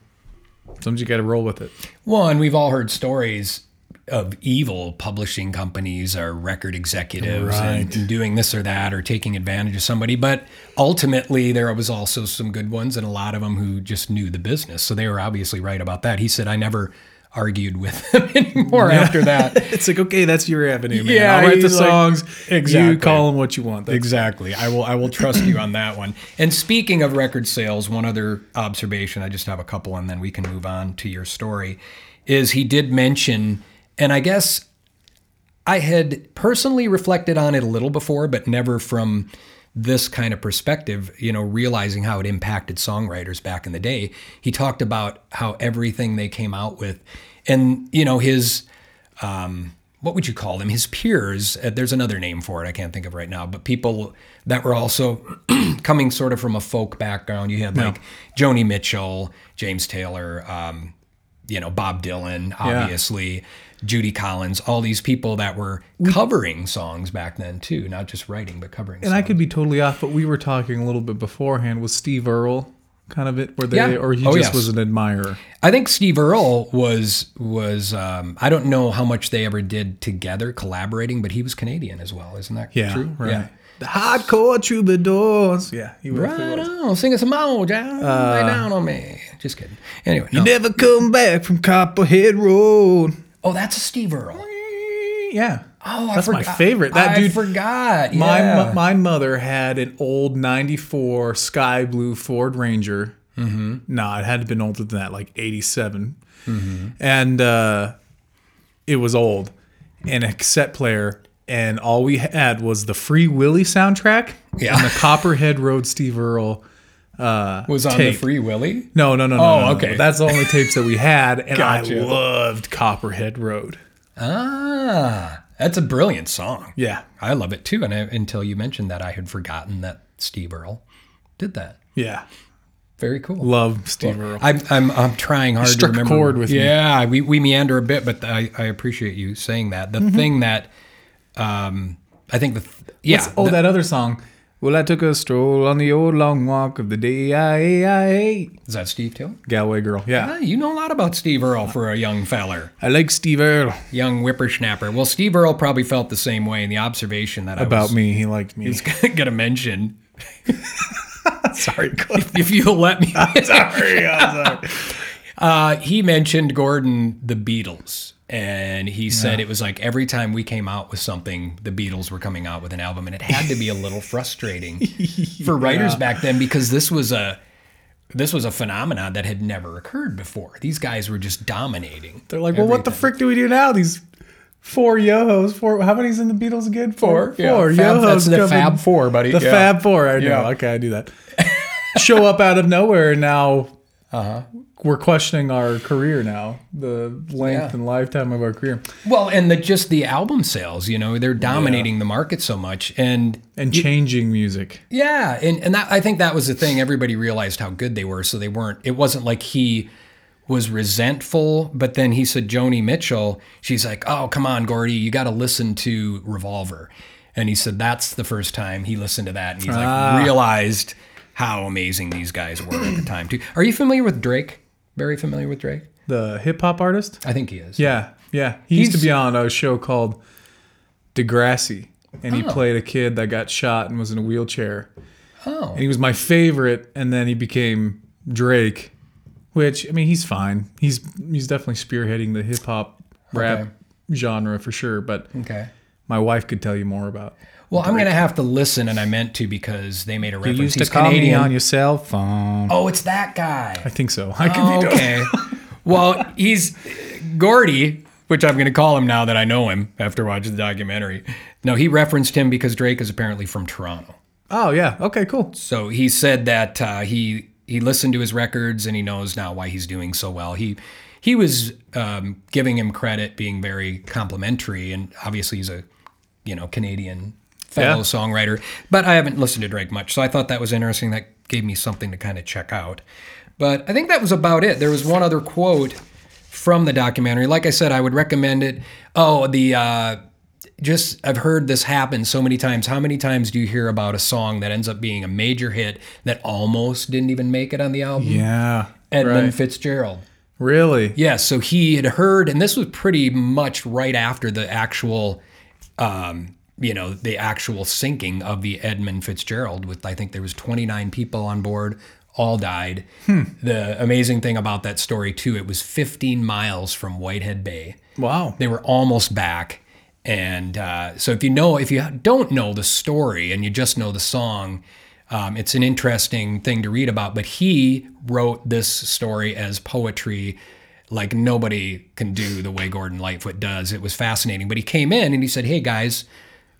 sometimes you got to roll with it Well, and we've all heard stories of evil publishing companies or record executives and, and doing this or that or taking advantage of somebody. But ultimately, there was also some good ones and a lot of them who just knew the business. So they were obviously right about that. He said, I never argued with them anymore after that. It's like, okay, that's your avenue, man. Yeah, I'll write the he's like- songs. Exactly. You call them what you want. That's- Exactly. I will. I will trust you on that one. And speaking of record sales, one other observation. I just have a couple, and then we can move on to your story. Is he did mention, and I guess I had personally reflected on it a little before, but never from this kind of perspective. You know, realizing how it impacted songwriters back in the day. He talked about how everything they came out with, and you know his what would you call them? His peers. Uh, there's another name for it. I can't think of right now. But people that were also coming sort of from a folk background. You had like Joni Mitchell, James Taylor, um, you know Bob Dylan, obviously, Judy Collins. All these people that were Mm. covering songs back then too, not just writing but covering. And I songs. could be totally off, but we were talking a little bit beforehand with Steve Earle, kind of it, where they, Yeah. or he Oh, just yes. was an admirer. I think Steve Earle was was um, I don't know how much they ever did together collaborating, but he was Canadian as well, isn't that true? Right. The hardcore troubadours. Yeah. He Right on, sing us some old down, lay Uh, down on me. Just kidding. Anyway, no. Never come back from Copperhead Road. oh, that's a Steve Earl. Yeah. Oh, I That's my forgot. favorite. That I dude- forgot. My, yeah. mo- my mother had an old 94 sky blue Ford Ranger. Mm-hmm. Nah, it had been older than that, like 87. Mm-hmm. And uh, it was old and a cassette player. And all we had was the Free Willy soundtrack Yeah. and the Copperhead Road Steve Earle. was on tape. the Free Willy. No, no, no, no. Oh, no, no. okay. That's the only tapes that we had. And Gotcha. I loved Copperhead Road. Ah, that's a brilliant song. Yeah. I love it too. And I, until you mentioned that, I had forgotten that Steve Earle did that. Yeah. Very cool. Love Steve Earle. I'm, I'm, I'm trying hard struck to a remember. chord with me. yeah, we, we meander a bit, but I, I appreciate you saying that. The Mm-hmm. thing that, um, I think the th- yeah What's- oh, the- that other song. Well, I took a stroll on the old long walk of the day. I, I, I. is that Steve Taylor. Galway girl. Yeah. Ah, you know a lot about Steve Earle for a young feller, I like Steve Earle. young whippersnapper. Well, Steve Earle probably felt the same way in the observation that About I me. He liked me. was going to mention. sorry, if, if you'll let me. sorry, Uh, he mentioned Gordon the Beatles, and he said it was like every time we came out with something, the Beatles were coming out with an album, and it had to be a little frustrating for writers back then because this was a this was a phenomenon that had never occurred before. These guys were just dominating. They're like, well, what the frick do we do now? These four yohos. Four. How many's in the Beatles again? Four. Four, yeah. Four Fab- yohos. that's the coming. Fab Four, buddy. The Yeah. Fab Four. I know. Yeah. Okay, I do that. Show up out of nowhere and now. Uh huh. Uh-huh. We're questioning our career now, the length Yeah. and lifetime of our career, Well, and the just the album sales, you know, they're dominating the market so much, and and changing music. Yeah, and and that, I think that was the thing. Everybody realized how good they were, so they weren't. It wasn't like he was resentful, but then he said Joni Mitchell. She's like, "Oh, come on, Gordy, you got to listen to Revolver," and he said that's the first time he listened to that, and he's Ah. like realized how amazing these guys were at the time too. Are you familiar with Drake? very familiar with Drake? the hip hop artist. I think he is. Yeah, yeah. He used to He's- be on a show called Degrassi, and he Oh. played a kid that got shot and was in a wheelchair. Oh. And he was my favorite, and then he became Drake, which I mean, he's fine. He's he's definitely spearheading the hip hop rap Okay. genre for sure. But Okay. my wife could tell you more about. Well, I'm gonna have to listen, and I meant to because they made a reference. You used to He's call Canadian. me on your cell phone. Oh. Oh, it's that guy. I think so. I could be doing- Oh, okay. well, he's Gordy, which I'm going to call him now that I know him after watching the documentary. No, he referenced him because Drake is apparently from Toronto. Oh yeah. Okay. Cool. So he said that uh, he he listened to his records and he knows now why he's doing so well. He he was um, giving him credit, being very complimentary, and obviously he's a you know Canadian fellow Yeah. songwriter. But I haven't listened to Drake much, so I thought that was interesting. That gave me something to kind of check out. But I think that was about it. There was one other quote from the documentary. Like I said, I would recommend it. Oh, the uh, just I've heard this happen so many times. How many times do you hear about a song that ends up being a major hit that almost didn't even make it on the album? Yeah. Edmund right. Fitzgerald. really. Yeah, so he had heard, and this was pretty much right after the actual, um, you know, the actual sinking of the Edmund Fitzgerald. With I think there was 29 people on board, all died. The amazing thing about that story too, it was 15 miles from Whitehead Bay. Wow. They were almost back. And uh, so, if you know, if you don't know the story and you just know the song, um, it's an interesting thing to read about. But he wrote this story as poetry, like nobody can do the way Gordon Lightfoot does. It was fascinating. But he came in and he said, "Hey guys,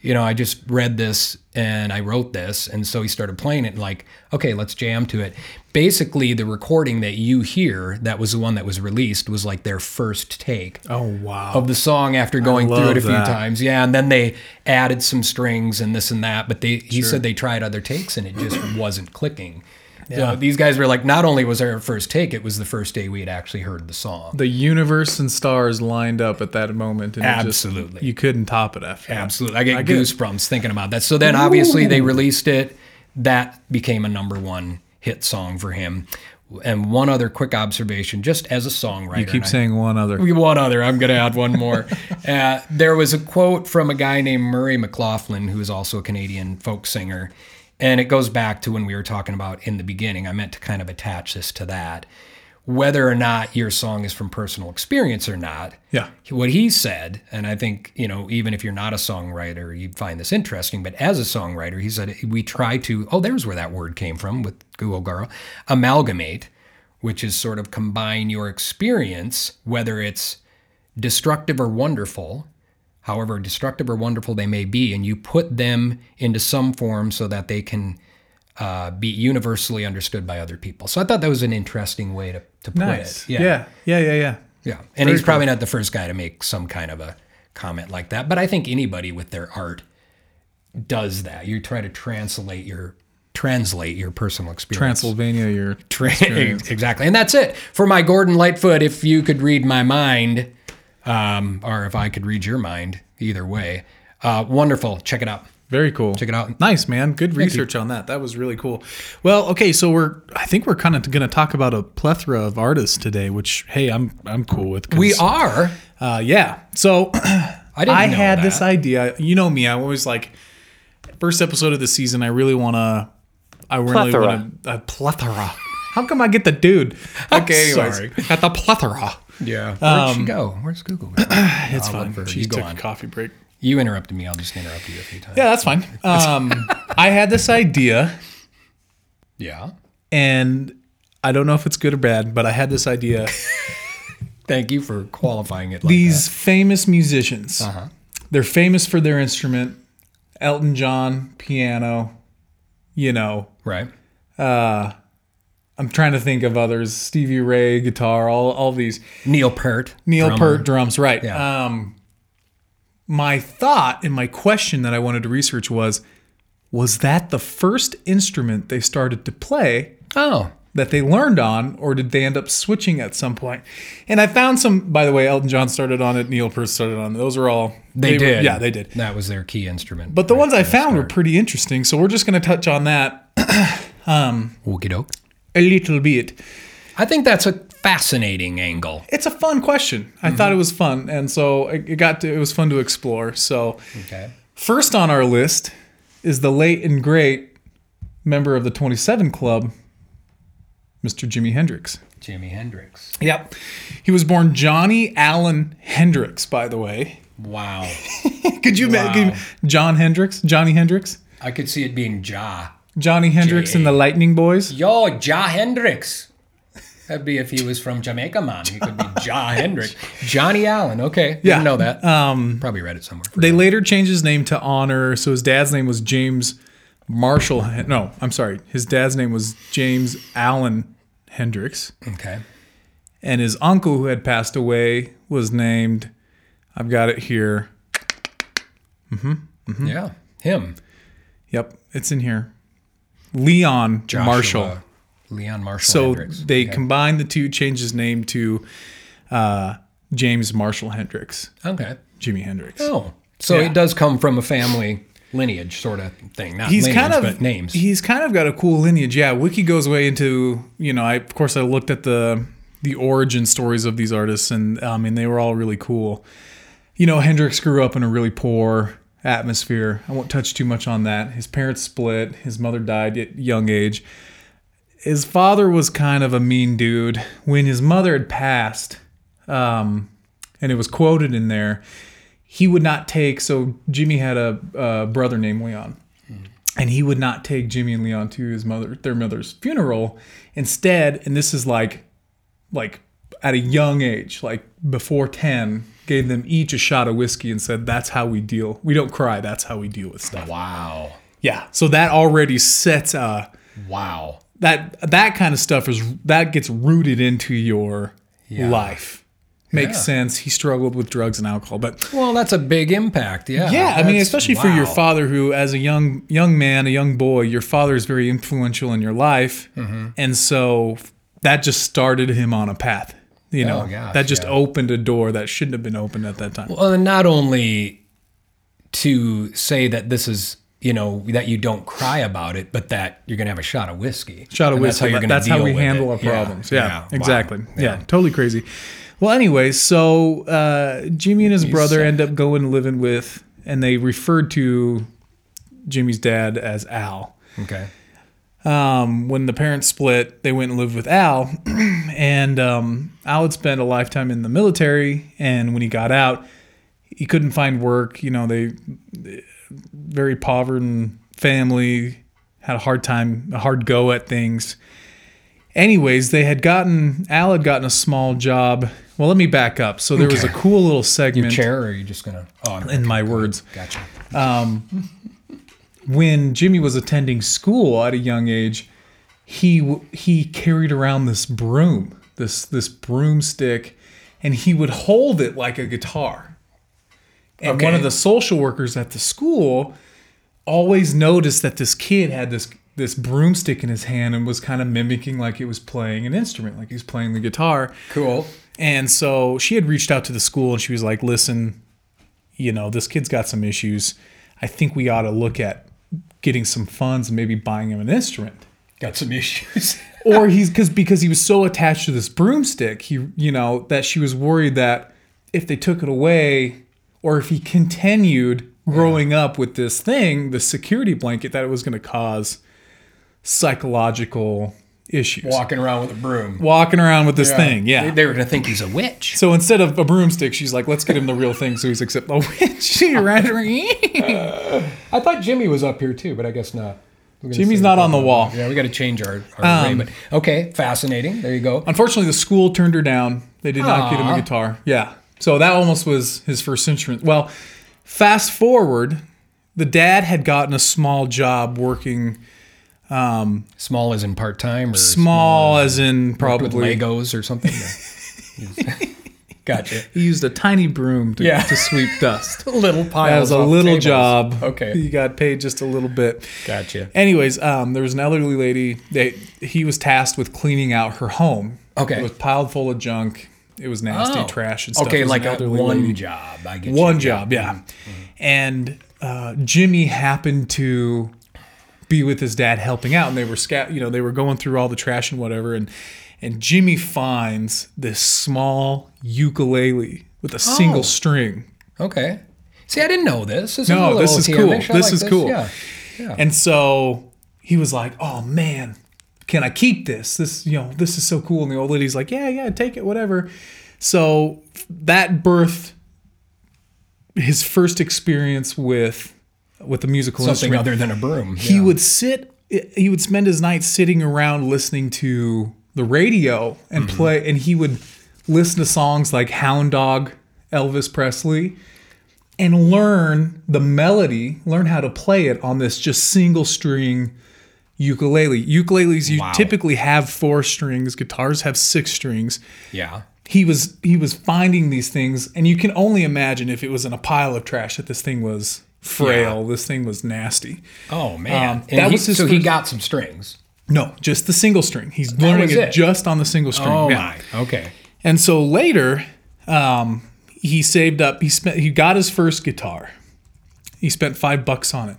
you know, I just read this and I wrote this. And so he started playing it like, okay, let's jam to it. Basically, the recording that you hear, that was the one that was released, was like their first take Oh wow. of the song after going through it a love few that. times. Yeah. And then they added some strings and this and that. But they he said they tried other takes and it just wasn't clicking. So these guys were like, not only was our first take, it was the first day we had actually heard the song. the universe and stars lined up at that moment. And it just- Absolutely. you couldn't top it after. that. Absolutely. I get I get it. goosebumps thinking about that. So then obviously they released it. That became a number one hit song for him. And one other quick observation, just as a songwriter. You keep and I- saying one other. one other. I'm going to add one more. uh, there was a quote from a guy named Murray McLaughlin, who is also a Canadian folk singer. And it goes back to when we were talking about in the beginning. I meant to kind of attach this to that. Whether or not your song is from personal experience or not, Yeah. what he said, and I think, you know, even if you're not a songwriter, you'd find this interesting, but as a songwriter, he said, we try to, oh, there's where that word came from with Google Girl, amalgamate, which is sort of combine your experience, whether it's destructive or wonderful, however destructive or wonderful they may be, and you put them into some form so that they can uh, be universally understood by other people. So I thought that was an interesting way to, to put Nice. it. Yeah. yeah. Yeah. Yeah. Yeah. And he's probably not the first guy to make some kind of a comment like that. But I think anybody with their art does that. You try to translate your translate your personal experience. Transylvania. Your Tra- exactly. And that's it. For my Gordon Lightfoot, if you could read my mind, um, or if I could read your mind, either way. Uh, wonderful. Check it out. very cool. Check it out. Nice man. Good research on that. That was really cool. Well, okay. So we're. I think we're kind of going to talk about a plethora of artists today. Which hey, I'm I'm cool with. 'cause, We are. Uh, yeah. So I didn't I know had that. this idea. You know me. I always like first episode of the season. I really want to. I really Plethora. want to a plethora. How come I get the dude? Okay, anyways, Sorry. at the plethora. Yeah. Where'd she go? Where's Google? Go? um, It's I'll look fine. for her. She You go took a on. coffee break. You interrupted me. I'll just interrupt you a few times. Yeah, that's fine. Um, I had this idea, Yeah. and I don't know if it's good or bad, but I had this idea. Thank you for qualifying it like These famous musicians, Uh-huh. they're famous for their instrument. Elton John, piano. You know, that. Right. I'm trying to think of others. Stevie Ray, guitar, all all these. Neil Peart. Neil drummer. Peart drums, right. Yeah. Um, my thought and my question that I wanted to research was was that the first instrument they started to play Oh, that they learned on, or did they end up switching at some point? And I found some, by the way, Elton John started on it, Neil Peart started on it. Those were all, they, were- did. yeah, they did. That was their key instrument. But the ones I found were pretty interesting. So we're just going to touch on that Okey doke. a little bit. I think that's a fascinating angle. It's a fun question. I thought it was fun, and so it it got to, it was fun to explore. So Okay. first on our list is the late and great member of the 27 Club, Mr. Jimi Hendrix. Jimi Hendrix. Yep. He was born Johnny Allen Hendrix, by the way. Wow. Could you imagine Wow. John Hendrix? Johnny Hendrix? I could see it being Ja. Johnny Hendrix and the Lightning Boys? Yo, Ja Hendrix. That'd be if he was from Jamaica, man. He could be Ja Hendrix. Johnny Allen. Okay. Yeah. Didn't know that. Um, Probably read it somewhere. They later changed his name to honor. So his dad's name was James Marshall. Hen- No, I'm sorry. His dad's name was James Allen Hendrix. okay. And his uncle, who had passed away, was named, I've got it here. Yeah. Mm-hmm. Him. Yep, it's in here. Leon Joshua Marshall. Leon Marshall So Hendrix. they combined the two, changed his name to uh, James Marshall Hendrix, Okay. Jimi Hendrix. Oh. So Yeah. it does come from a family lineage sort of thing. Not he's lineage, kind of but names. He's kind of got a cool lineage. Yeah, Wiki goes way into you know. I of course I looked at the the origin stories of these artists, and I mean they were all really cool. You know, Hendrix grew up in a really poor atmosphere. I won't touch too much on that. His parents split. His mother died at young age. His father was kind of a mean dude. When his mother had passed, um, and it was quoted in there, he would not take. So Jimmy had a, a brother named Leon and he would not take Jimmy and Leon to his mother their mother's funeral. Instead, and this is like like at a young age, like before 10, gave them each a shot of whiskey and said, That's how we deal. We don't cry, that's how we deal with stuff. wow. Yeah. So that already sets uh Wow. that that kind of stuff is that gets rooted into your Yeah. life. Makes Yeah. sense. He struggled with drugs and alcohol, but Well, that's a big impact. Yeah. yeah, I mean, That's- especially for your wow. father, who, as a young young man, a young boy, your father is very influential in your life, Mm-hmm. and so that just started him on a path. You know, Oh, gosh, that just yeah. opened a door that shouldn't have been opened at that time. Well, and not only to say that this is, you know, that you don't cry about it, but that you're going to have a shot of whiskey. Shot of And whiskey. That's how, but you're that's how deal we with handle it. our problems. Yeah, Wow. exactly. Yeah. totally crazy. Well, anyway, so uh, Jimmy and his brother end up going living with, and they referred to Jimmy's dad as Al. Okay. um, when the parents split, they went and lived with Al. and um, Al had spent a lifetime in the military. And when he got out, he couldn't find work. You know, they very poverty family had a hard time, a hard go at things. Anyways, they had gotten Al had gotten a small job. Well, let me back up. So there was a Okay. cool little segment Chair, or are you just going to? Oh, I'm- in my words gotcha. when Jimmy was attending school at a young age, he w- he carried around this broom, this this broomstick, and he would hold it like a guitar. And one Okay. of the social workers at the school always noticed that this kid had this this broomstick in his hand and was kind of mimicking like it was playing an instrument, like he was playing the guitar. Cool. And so she had reached out to the school and she was like, listen, you know, this kid's got some issues. I think we ought to look at getting some funds and maybe buying him an instrument. Got some issues. Or he's because because he was so attached to this broomstick, he you know, that she was worried that if they took it away or if he continued growing up with this thing, the security blanket, that it was gonna cause psychological issues. Walking around with a broom. Walking around with this thing, They, yeah. they were going to think he's a witch. So instead of a broomstick, she's like, let's get him the real thing. So he's accept the witch. Oh. She ran her- I thought Jimmy was up here too, but I guess not. We're gonna Jimmy's say- not on the wall. Um, Yeah, we got to change our, our way, but okay, fascinating. There you go. Unfortunately, the school turned her down. They did not get him a Aw. guitar. Yeah. So that almost was his first instrument. Well, fast forward, the dad had gotten a small job working Small as in part time or small, as in with probably. Legos or something. Yeah. gotcha. He used a tiny broom to, Yeah. to sweep dust. Little pile. That was a little job. He Okay. got paid just a little bit. Gotcha. Anyways, um, there was an elderly lady. They, he was tasked with cleaning out her home. Okay. It was piled full of junk. It was nasty Oh. trash and stuff. It Okay, was like an a elderly one lady. job. Mm-hmm. I get you. One job, yeah. And uh, Jimmy happened to be with his dad helping out, and they were scat, you know, they were going through all the trash and whatever, and and Jimmy finds this small ukulele with a Oh. single string. Okay. See, I didn't know this. this No, is a this is little TM-ish. cool. I This like is cool. Yeah. And so he was like, "Oh man, can I keep this? This, you know, this is so cool." And the old lady's like, "Yeah, yeah, take it, whatever." So that birthed his first experience with with a musical Something instrument. other than a broom. he yeah. would sit. He would spend his nights sitting around listening to the radio and Mm-hmm. play, and he would listen to songs like Hound Dog, Elvis Presley, and learn the melody, learn how to play it on this just single string ukulele. Ukuleles you Wow. typically have four strings, guitars have six strings. Yeah. He was he was finding these things, and you can only imagine if it was in a pile of trash that this thing was frail, this thing was nasty. Oh man. Um, And that he- was his so he first- got some strings. No, just the single string. He's learning was it, it. just on the single string. Yeah. Oh, my. Okay. And so later, um, he saved up. He spent. He got his first guitar. He spent five bucks on it.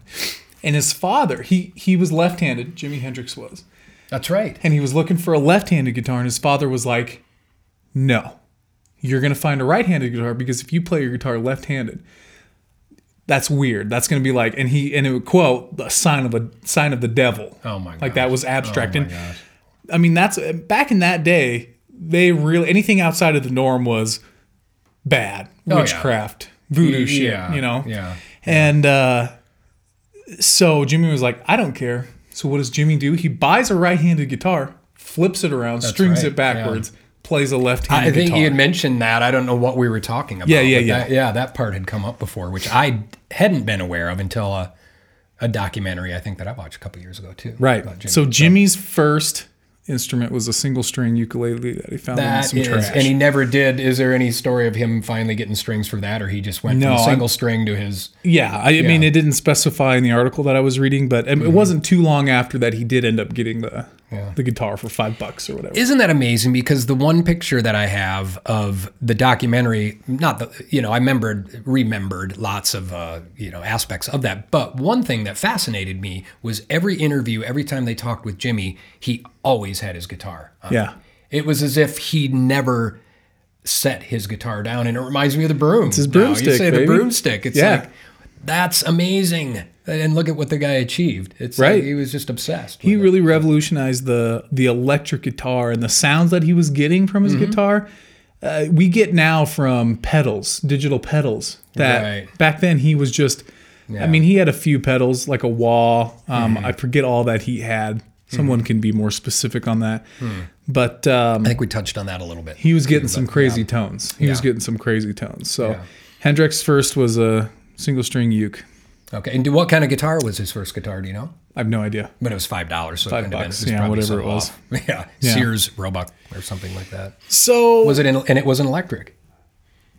And his father, he he was left-handed. Jimi Hendrix was, That's right. and he was looking for a left-handed guitar. And his father was like, "No, you're gonna find a right-handed guitar because if you play your guitar left-handed." That's weird. That's going to be like, and he and it would quote the sign of a sign of the devil. Oh my. Like that gosh. was abstract. Oh, my and gosh. I mean, that's back in that day. They really anything outside of the norm was bad Oh, yeah. witchcraft, voodoo Y- shit. yeah, You know. yeah. And uh, so Jimmy was like, "I don't care." So what does Jimmy do? He buys a right-handed guitar, flips it around, strings right, it backwards, plays a left-handed I think guitar. you had mentioned that. I don't know what we were talking about. Yeah, yeah, but yeah. That, yeah, that part had come up before, which I hadn't been aware of until a, a documentary I think that I watched a couple years ago too. right. about So Jimmy's first instrument was a single-string ukulele that he found in That some is, trash. and he never did. Is there any story of him finally getting strings for that, or he just went No, from I'm- single string to his? Yeah, I, I mean, it didn't specify in the article that I was reading, but um, it Mm-hmm. wasn't too long after that he did end up getting the the guitar for five bucks or whatever. Isn't that amazing? Because the one picture that I have of the documentary, not the, you know, I remembered, remembered lots of, uh, you know, aspects of that. But one thing that fascinated me was every interview, every time they talked with Jimmy, he always had his guitar. on. yeah, It was as if he never set his guitar down. And it reminds me of the broom. It's his You broomstick, say baby. the broomstick. It's Yeah. like, that's amazing. And look at what the guy achieved. It's Right. Like he was just obsessed. he with it. really revolutionized the the electric guitar and the sounds that he was getting from his guitar. Uh, we get now from pedals, digital pedals. That Right. back then he was just. I mean, he had a few pedals like a wah. Um, I forget all that he had. Someone can be more specific on that, but um, I think we touched on that a little bit. he was getting some crazy tones. He was getting some crazy tones. So Hendrix first was a single string uke. Okay, and do- what kind of guitar was his first guitar? Do you know? I have no idea. But it was five dollars, so Five it couldn't have been- bucks, was yeah, probably whatever it some was. off- Yeah, Yeah. Sears Roebuck or something like that. So Was it? In, and it wasn't electric.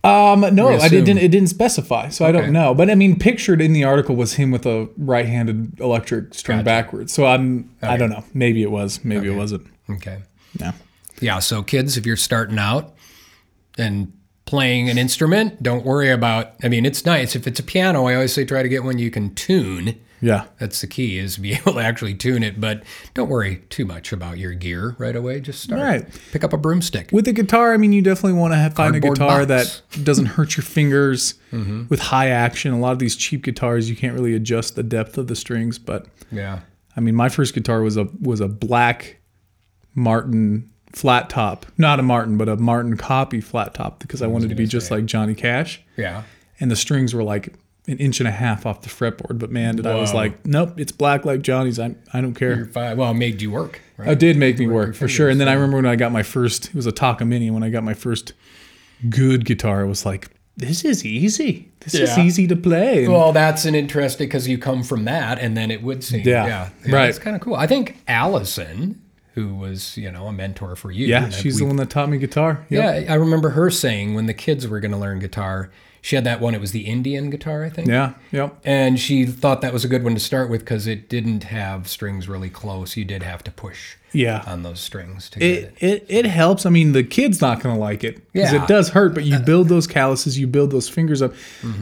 um, no, I assume? didn't. It didn't specify, so I Okay. don't know. But I mean, pictured in the article was him with a right-handed electric string Gotcha. backwards. So I'm. I Okay. don't know. Maybe it was. Maybe it wasn't. Okay. No. Yeah. So kids, if you're starting out and playing an instrument, don't worry about. I mean, it's nice if it's a piano. I always say try to get one you can tune. Yeah. That's the key is to be able to actually tune it. But don't worry too much about your gear right away. Just start. Right. Pick up a broomstick. With a guitar, I mean, you definitely want to have, find a Cardboard guitar box. Mm-hmm. that doesn't hurt your fingers with high action. A lot of these cheap guitars, you can't really adjust the depth of the strings, but Yeah. I mean, my first guitar was a was a black Martin flat top, not a Martin, but a Martin copy flat top because I wanted to be just like Johnny Cash, Yeah. and the strings were like an inch and a half off the fretboard. But man, did I was Wow. like, nope, it's black like Johnny's. I I don't care. Five, well, it made you work. Right? It did make me work for sure. And then I remember when I got my first, it was a Taka Mini. When I got my first good guitar, I was like, this is easy. This is Yeah. easy to play. And- Well, that's an interesting because you come from that, and then it would seem, Yeah, right. It's kind of cool. I think Allison, who was you know a mentor for you, yeah, and I- she's we- the one that taught me guitar. Yep. Yeah, I remember her saying when the kids were going to learn guitar, she had that one. It was the Indian guitar, I think. Yeah. Yep. And she thought that was a good one to start with because it didn't have strings really close. You did have to push Yeah. on those strings to get it, it. it it helps. I mean, the kid's not going to like it because Yeah. Uh, Mm-hmm. it does hurt. But you build those calluses, you build those fingers up.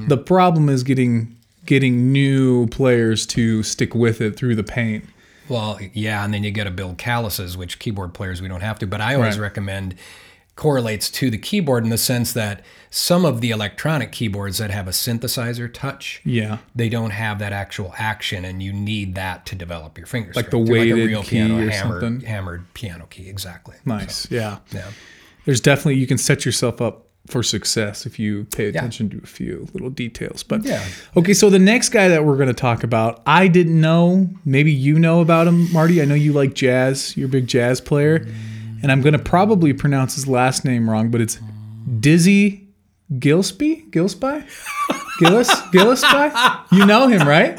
The problem is getting getting new players to stick with it through the paint. Well, yeah, and then you got to build calluses, which keyboard players we don't have to. But I always Right. recommend correlates to the keyboard in the sense that some of the electronic keyboards that have a synthesizer touch, Yeah. they don't have that actual action, and you need that to develop your fingers. Like the strength. weighted key or hammered, something? hammered piano key, exactly. Nice. yeah. Yeah. There's definitely you can set yourself up for success if you pay Yeah. attention to a few little details. But Yeah. Okay, so the next guy that we're going to talk about, I didn't know, maybe you know about him, Marty. I know you like jazz. You're a big jazz player. And I'm going to probably pronounce his last name wrong, but it's Dizzy Gillespie? Gillespie? Gillis? Gillespie? You know him, right?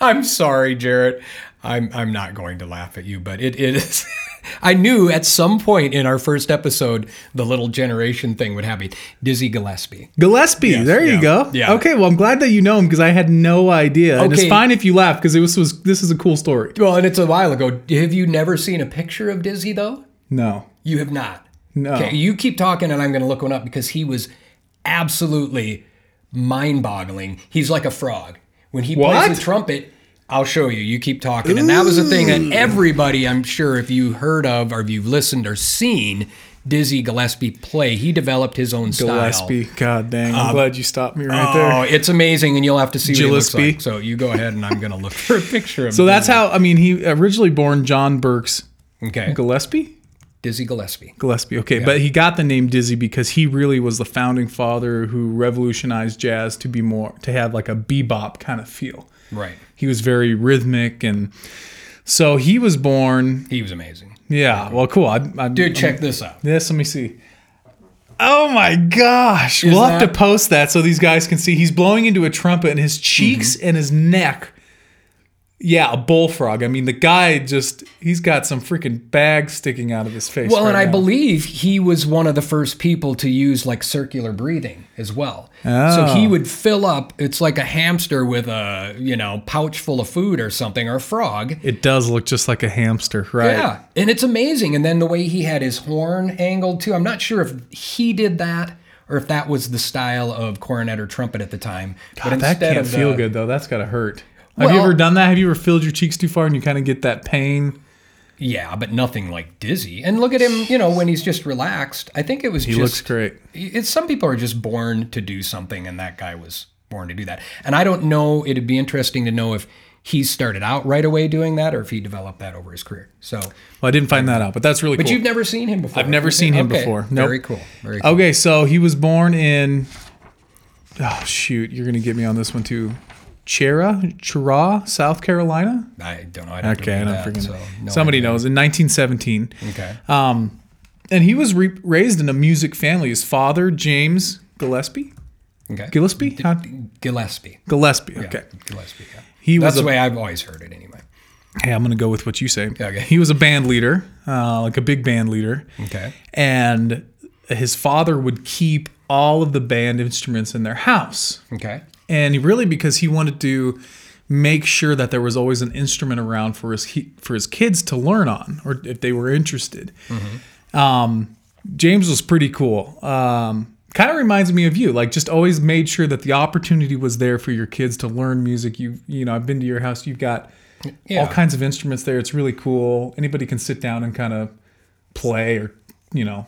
I'm sorry, Jarrett. I'm I'm not going to laugh at you, but it is. I knew at some point in our first episode the little generation thing would happen. Dizzy Gillespie. Gillespie. there you yeah, go. yeah. Okay. Well, I'm glad that you know him because I had no idea. And it's Okay. fine if you laugh because this was this is a cool story. Well, and it's a while ago. Have you never seen a picture of Dizzy though? No. You have not. No. Okay, you keep talking and I'm going to look one up because he was absolutely mind-boggling. He's like a frog. When he What? plays the trumpet, I'll show you. You keep talking. And that was a thing that everybody, I'm sure, if you heard of or if you've listened or seen Dizzy Gillespie play, he developed his own style. Um, Gillespie. God dang. I'm glad you stopped me right Oh, there. it's amazing, and you'll have to see what he Gillespie. looks like. So you go ahead, and I'm going to look for a picture of So him. that's how I mean he originally born John Burks okay, Gillespie. Dizzy Gillespie. Gillespie. Okay, but he got the name Dizzy because he really was the founding father who revolutionized jazz to be more to have like a bebop kind of feel. Right, He was very rhythmic and so he was born. he was amazing. Yeah. Well, cool. I, I, Dude, check this out. This, let me see. Oh my gosh. we'll have to that- Mm-hmm. post that so these guys can see. He's blowing into a trumpet and his cheeks and his neck. Yeah, a bullfrog. I mean, the guy just, he's got some freaking bag sticking out of his face. Well, right and I now. believe he was one of the first people to use like circular breathing as well. So Oh. he would fill up. It's like a hamster with a you know pouch full of food or something, or a frog. it does look just like a hamster, right? Yeah, and it's amazing. And then the way he had his horn angled too. I'm not sure if he did that or if that was the style of cornet or trumpet at the time. God, that instead can't of feel the- good, though. That's got to hurt. Have you Well- ever done that? Have you ever filled your cheeks too far and you kind of get that pain? Yeah, but nothing like dizzy. And look at him. You know when he's just relaxed. I think it was. He just, looks great. it's some people are just born to do something and that guy was born to do that and i don't know it'd be interesting to know if he started out right away doing that or if he developed that over his career so Well, I didn't find that out, but that's really but cool. you've never seen him before I've never seen him Okay, before. Nope. Oh. very cool very cool Okay, so he was born in. Oh shoot, you're gonna get me on this one too. Chera, Chera, South Carolina. i don't know I Okay, I don't don't that, freaking so know. no Somebody idea. knows. Uh, In 1917, okay and he was re- raised in a music family. His father, James Gillespie, okay Gillespie, How- gillespie Gillespie. Okay, gillespie yeah. he that's was. the A, way i've always heard it anyway hey, I'm gonna go with what you say. Okay. He was a band leader, uh, like a big band leader. okay And his father would keep all of the band instruments in their house. okay and really because he wanted to make sure that there was always an instrument around for his he, for his kids to learn on or if they were interested um, james was pretty cool um, kind of reminds me of you like just always made sure that the opportunity was there for your kids to learn music you you know i've been to your house you've got yeah all kinds of instruments there it's really cool anybody can sit down and kind of play or you know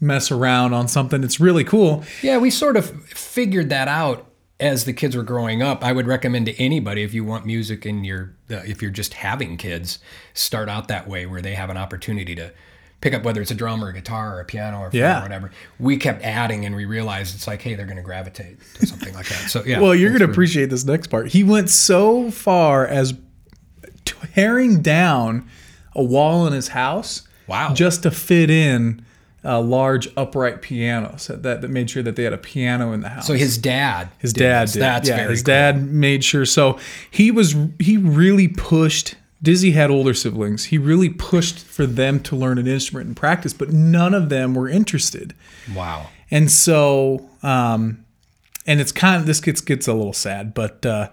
mess around on something it's really cool Yeah, we sort of figured that out as the kids were growing up. I would recommend to anybody if you want music and you're uh, if you're just having kids, start out that way where they have an opportunity to pick up whether it's a drum or a guitar or a piano or, a Yeah. or whatever. We kept adding and we realized it's like, hey, they're going to gravitate to something like that. So yeah. Well, you're going to appreciate this next part. He went so far as tearing down a wall in his house. Wow. Just to fit in a large upright piano. So that, that made sure that they had a piano in the house. so his dad. his dad this. did. That's yeah, very his cool. dad made sure. So he was he really pushed. Dizzy had older siblings. He really pushed for them to learn an instrument and practice, but none of them were interested. Wow. And so, um, and it's kind of this gets gets a little sad, but uh,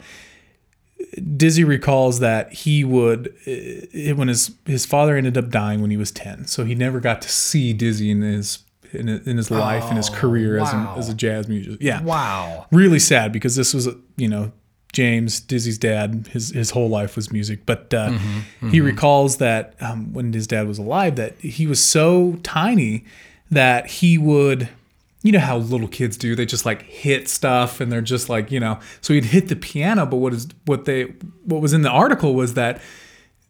Dizzy recalls that he would eh, uh, when his his father ended up dying when he was ten, so he never got to see Dizzy in his in, in his life and his career Oh, wow. as, a, as a jazz musician. Yeah. Wow. Really sad because this was, you know, James, Dizzy's dad, his, his whole life was music. But uh, he recalls that um, when his dad was alive, that he was so tiny that he would, you know, how little kids do, they just like hit stuff and they're just like, you know, so he'd hit the piano. But what is, what they, what was in the article was that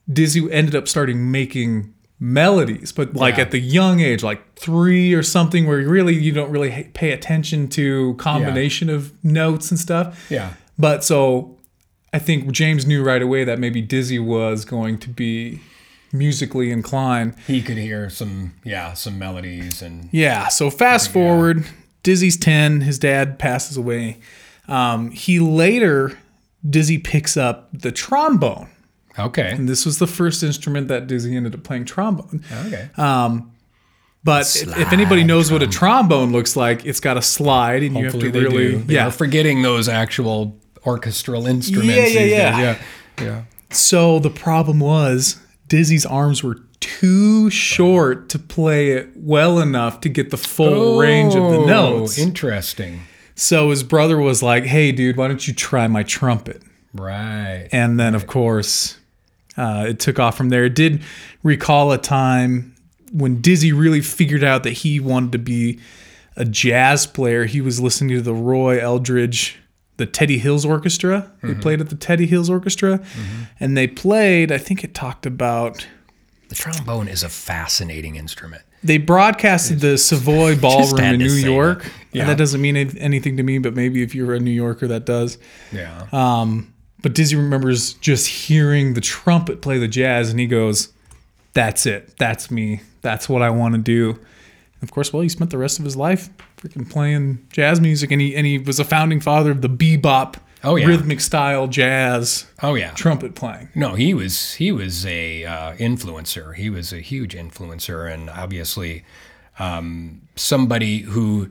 Dizzy ended up starting making melodies, but like Yeah. at the young age, like three or something, where you really you don't really ha- pay attention to combination of notes and stuff. Yeah. But so I think James knew right away that maybe Dizzy was going to be musically inclined. He could hear some, yeah, some melodies and Yeah. So Oh fast forward, Dizzy's 10, his dad passes away. Um, he later, Dizzy picks up the trombone. okay, And this was the first instrument that Dizzy ended up playing trombone. okay, But if, if anybody knows what a trombone looks like, it's got a slide and Hopefully you have to really, do. They yeah. are forgetting those actual orchestral instruments. Yeah, yeah, these yeah. days. yeah, yeah. So the problem was Dizzy's arms were too short to play it well enough to get the full range of the Oh, notes. Interesting. So his brother was like, "Hey, dude, why don't you try my trumpet?" Right. And then, of course, uh, it took off from there. It did recall a time when Dizzy really figured out that he wanted to be a jazz player. He was listening to the Roy Eldridge, the Teddy Hills Orchestra. Mm-hmm. They played at the Teddy Hills Orchestra, and they played. I think it talked about The trombone is a fascinating instrument. they broadcasted the Savoy Ballroom had in to New say that. York. Yeah. And that doesn't mean any- anything to me, but maybe if you're a New Yorker, that does. Yeah. But Dizzy remembers just hearing the trumpet play the jazz, and he goes, "That's it. That's me. That's what I want to do." And of course, well, he spent the rest of his life freaking playing jazz music, and he and he was a founding father of the bebop, Oh, yeah. rhythmic style jazz oh yeah. trumpet playing. No, he was he was a uh, influencer. He was a huge influencer, and obviously um, somebody who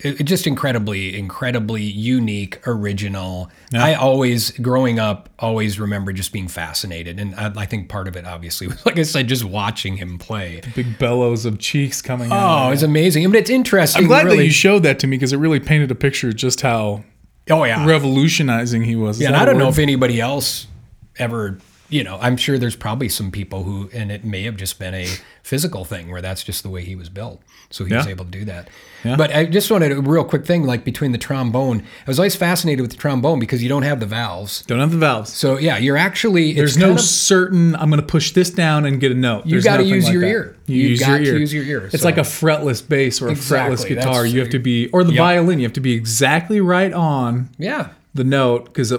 it, it just incredibly, incredibly unique, original. I always growing up always remember just being fascinated, and I, I think part of it obviously was like I said, just watching him play. Big bellows of cheeks coming out. Oh, it's amazing. I mean, it's interesting. I'm glad really. that you showed that to me because it really painted a picture of just how oh yeah, revolutionizing he was. Is Yeah, and that I a don't know word? if anybody else ever, you know, I'm sure there's probably some people who, and it may have just been a physical thing where that's just the way he was built. So he was Yeah. able to do that. But I just wanted a real quick thing like between the trombone. I was always fascinated with the trombone because you don't have the valves. don't have the valves. So yeah, you're actually, it's There's no kind of- certain. I'm going to push this down and get a note. You There's gotta nothing use like your that. ear. You You've use got your to ear. use your ear, It's so- like a fretless bass or a fretless Exactly, guitar. that's- You have to be, or the Yep. violin. You have to be exactly right on yeah. the note because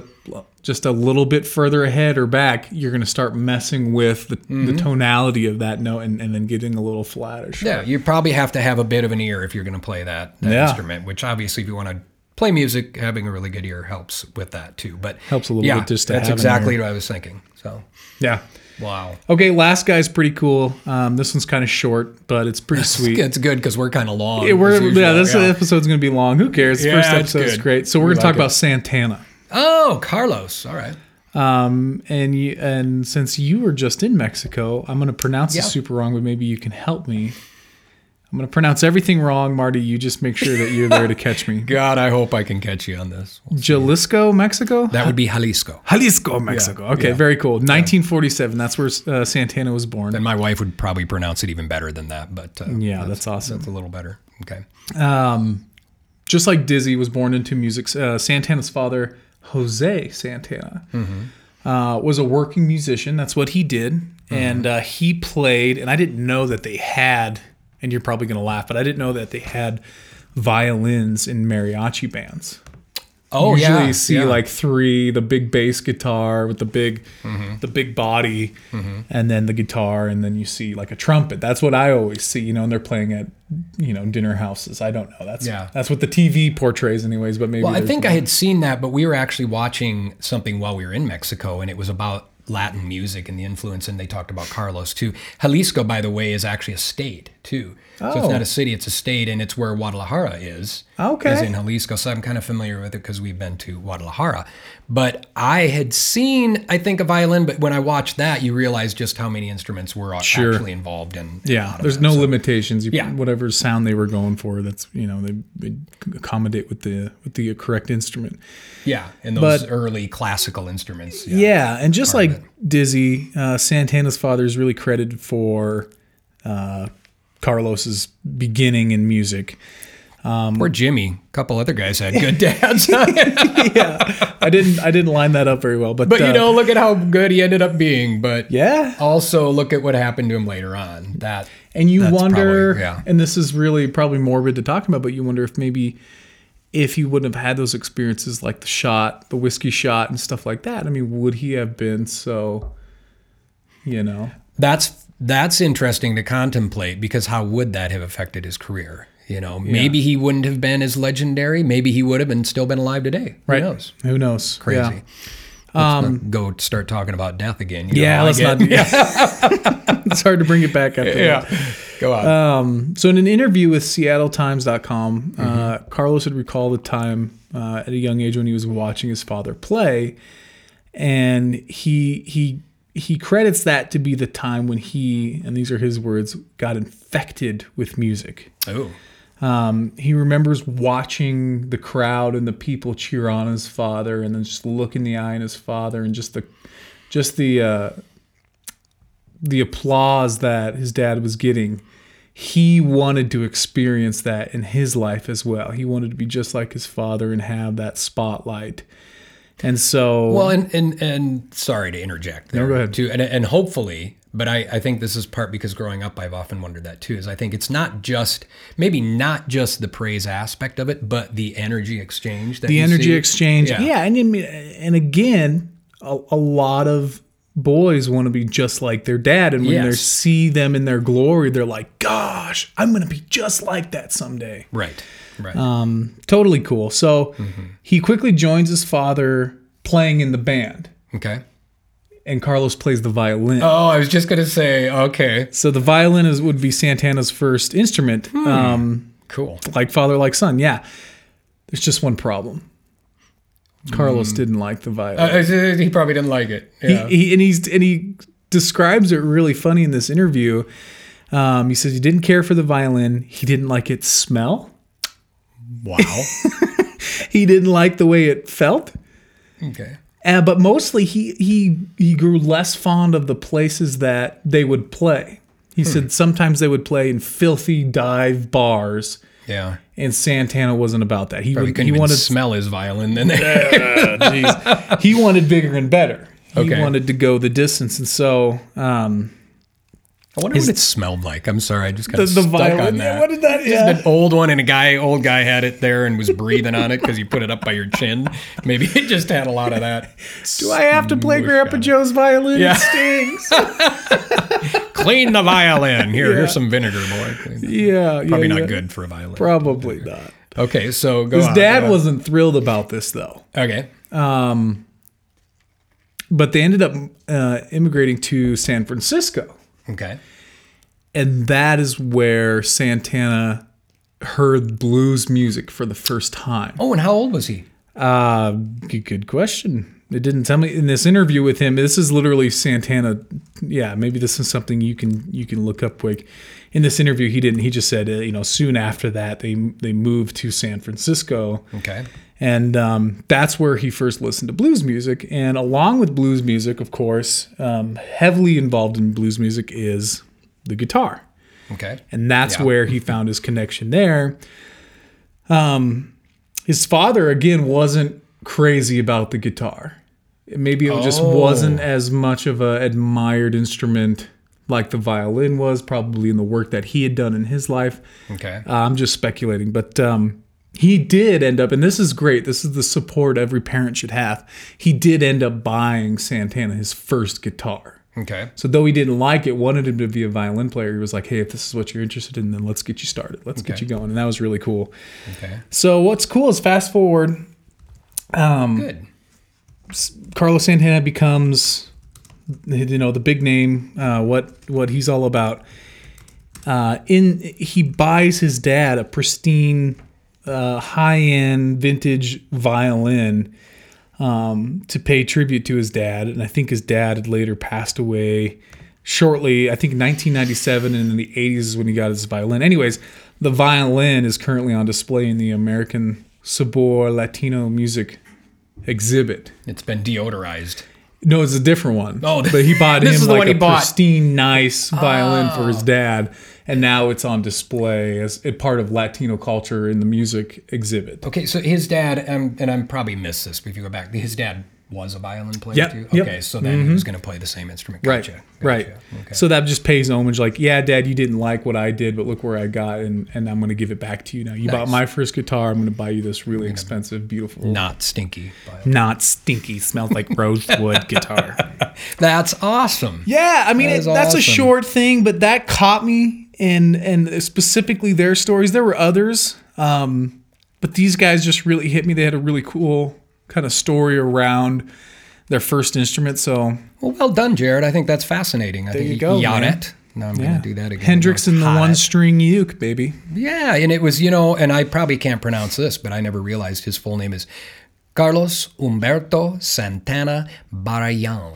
just a little bit further ahead or back, you're going to start messing with the, Mm-hmm. the tonality of that note and, and then getting a little flattish. Yeah, you probably have to have a bit of an ear if you're going to play that, that Yeah. instrument, which obviously, if you want to play music, having a really good ear helps with that too. But Helps a little yeah, bit just to That's have an exactly ear. what I was thinking. So, Yeah. wow. Okay, last guy's pretty cool. Um, this one's kind of short, but it's pretty sweet. It's good because we're kind of long. Yeah, we're, as usual, yeah, this episode's going to be long. Who cares? The Yeah, first it's episode is good. great. So we're We going to talk like it. about Santana. Oh, Carlos. All right. And you, and since you were just in Mexico, I'm going to pronounce Yeah. this super wrong, but maybe you can help me. I'm going to pronounce everything wrong, Marty. You just make sure that you're there to catch me. God, I hope I can catch you on this. Jalisco, Mexico? That would be Jalisco. Jalisco, Mexico. Okay, yeah. very cool. 1947. That's where uh, Santana was born. And my wife would probably pronounce it even better than that, but uh, yeah, that's awesome. it's a little better. Okay. just like Dizzy was born into music, uh, Santana's father, Jose Santana, uh, was a working musician. That's what he did. And uh, he played, and I didn't know that they had, and you're probably going to laugh, but I didn't know that they had violins in mariachi bands. Oh, Usually yeah. you see yeah. like three, the big bass guitar with the big, Mm-hmm. the big body, and then the guitar, and then you see like a trumpet. That's what I always see, you know. And they're playing at, you know, dinner houses. I don't know. That's Yeah. That's what the TV portrays, anyways. But maybe Well, I there's think more. I had seen that, but we were actually watching something while we were in Mexico, and it was about Latin music and the influence, and they talked about Carlos too. Jalisco, by the way, is actually a state. too. So it's Oh. not a city, it's a state, and it's where Guadalajara is. Okay. Is in Jalisco. So I'm kind of familiar with it because we've been to Guadalajara. But I had seen, I think, a violin, but when I watched that, you realize just how many instruments were a- Sure. actually involved in. Yeah, Auto there's Man, no so- limitations. You, Yeah. whatever sound they were going for, that's you know they, they accommodate with the with the correct instrument. Yeah, and those But- early classical instruments. Yeah, and just like Dizzy, uh, Santana's father is really credited for uh, Carlos's beginning in music. Poor Jimmy. A couple other guys had good dads. I didn't I didn't line that up very well, but but uh, you know, look at how good he ended up being. But yeah, also look at what happened to him later on. That And you That's wonder, probably- yeah. and this is really probably morbid to talk about, but you wonder if maybe if he wouldn't have had those experiences like the shot, the whiskey shot, and stuff like that, I mean, would he have been so, you know? that's that's interesting to contemplate because how would that have affected his career? You know, maybe he wouldn't have been as legendary. Maybe he would have and still been alive today. Who knows? Who knows? Crazy. Yeah. Um, Let's not go start talking about death again. You know Yeah, how I let's get. not do that. it's hard to bring it back up. yeah. Go on. Uh, So, in an interview with SeattleTimes.com, uh, Carlos had recalled a time uh, at a young age when he was watching his father play, and he he he credits that to be the time when he and these are his words got infected with music. oh, He remembers watching the crowd and the people cheer on his father, and then just look in the eye in his father, and just the just the uh, the applause that his dad was getting, he wanted to experience that in his life as well. He wanted to be just like his father and have that spotlight. And so, Well, and and and sorry to interject. There, go ahead. Too, and and hopefully, but I I think this is part because growing up, I've often wondered that too. Is I think it's not just maybe not just the praise aspect of it, but the energy exchange. That the you energy see. exchange, Yeah. yeah. and I mean, and again, a, a lot of boys want to be just like their dad, and when they Yes. see them in their glory, they're like, "Gosh, I'm going to be just like that someday." Right. Right. Totally cool. So Mm-hmm. he quickly joins his father playing in the band, okay. and Carlos plays the violin. Oh, I was just gonna say. Okay. So the violin is would be Santana's first instrument, Hmm. um, Cool. like father like son. Yeah, there's just one problem. Carlos didn't like the violin, Hmm. Uh, he probably didn't like it. Yeah. he, he, and he's and he describes it really funny in this interview. Um, he says he didn't care for the violin. He didn't like its smell. wow. He didn't like the way it felt. Okay. Uh, but mostly he he he grew less fond of the places that they would play. Hmm. He said sometimes they would play in filthy dive bars. Yeah. and Santana wasn't about that. He, Probably would, couldn't he even wanted smell his violin. Then jeez. he wanted bigger and better. He Okay. wanted to go the distance, and so um, I wonder what it smelled like. I'm sorry. I just got the, the stuck on violin. that. Yeah, what did that? Just Yeah. an old one, and a guy, old guy, had it there and was breathing on it because you put it up by your chin. Maybe it just had a lot of that. Do I have to play Smoosh Grandpa on it. Joe's violin? Yeah. It stings. Clean the violin. Here, here's some vinegar, boy. yeah, Probably yeah, not yeah. good for a violin. Probably not. Okay, so go His on. dad Yeah. wasn't thrilled about this though, okay. but they ended up uh, immigrating to San Francisco, Okay. and that is where Santana heard blues music for the first time. Oh, and how old was he? Uh, g- good question. It didn't tell me in this interview with him. This is literally Santana. Yeah, maybe this is something you can you can look up quick. In this interview, he didn't. He just said, uh, you know, soon after that, they they moved to San Francisco, Okay. and um, that's where he first listened to blues music. And along with blues music, of course, um, heavily involved in blues music is the guitar Okay. and that's Yeah. where he found his connection there. Um, his father again wasn't crazy about the guitar. Maybe it just Oh. wasn't as much of a admired instrument like the violin was, probably in the work that he had done in his life. Okay. Uh, I'm just speculating, but um, he did end up, and this is great. This is the support every parent should have. He did end up buying Santana his first guitar. okay. So though he didn't like it, wanted him to be a violin player, he was like, "Hey, if this is what you're interested in, then let's get you started. Let's get Okay. you going." And that was really cool. Okay. So what's cool is fast forward, Good. Carlos Santana becomes, you know, the big name. Uh, what what he's all about. Uh, in he buys his dad a pristine, uh, high-end vintage violin um, to pay tribute to his dad, and I think his dad had later passed away shortly. I think 1997, and in the 80s is when he got his violin. Anyways, the violin is currently on display in the American Sabor Latino Music exhibit. It's been deodorized. No, it's a different one. Oh, but he bought this him is the like one a he bought. Oh. pristine, nice violin for his dad, and now it's on display as a part of Latino culture in the music exhibit. Okay, so his dad, um, and I'm probably missed this, but if you go back, his dad was a violin player Yep, too. yep. Okay, so then he was going to play the same instrument. Mm-hmm. Right, Gotcha, right. gotcha, Okay. So that just pays homage. Like, yeah, Dad, you didn't like what I did, but look where I got, and and I'm going to give it back to you now. You bought my first guitar. I'm going to buy you this really expensive, beautiful, not stinky. But not stinky, smells like rosewood guitar. that's awesome. Yeah, I mean That it, is that's a awesome. short thing, but that caught me, and and specifically their stories. There were others, um, but these guys just really hit me. They had a really cool kind of story around their first instrument. So Well, well done, Jared. I think that's fascinating. I there think you he go, yawned man. it. Now I'm yeah, going to do that again. Hendrix and the Hot. one string uke, baby. Yeah, and it was, you know, and I probably can't pronounce this, but I never realized his full name is Carlos Humberto Santana Barayán.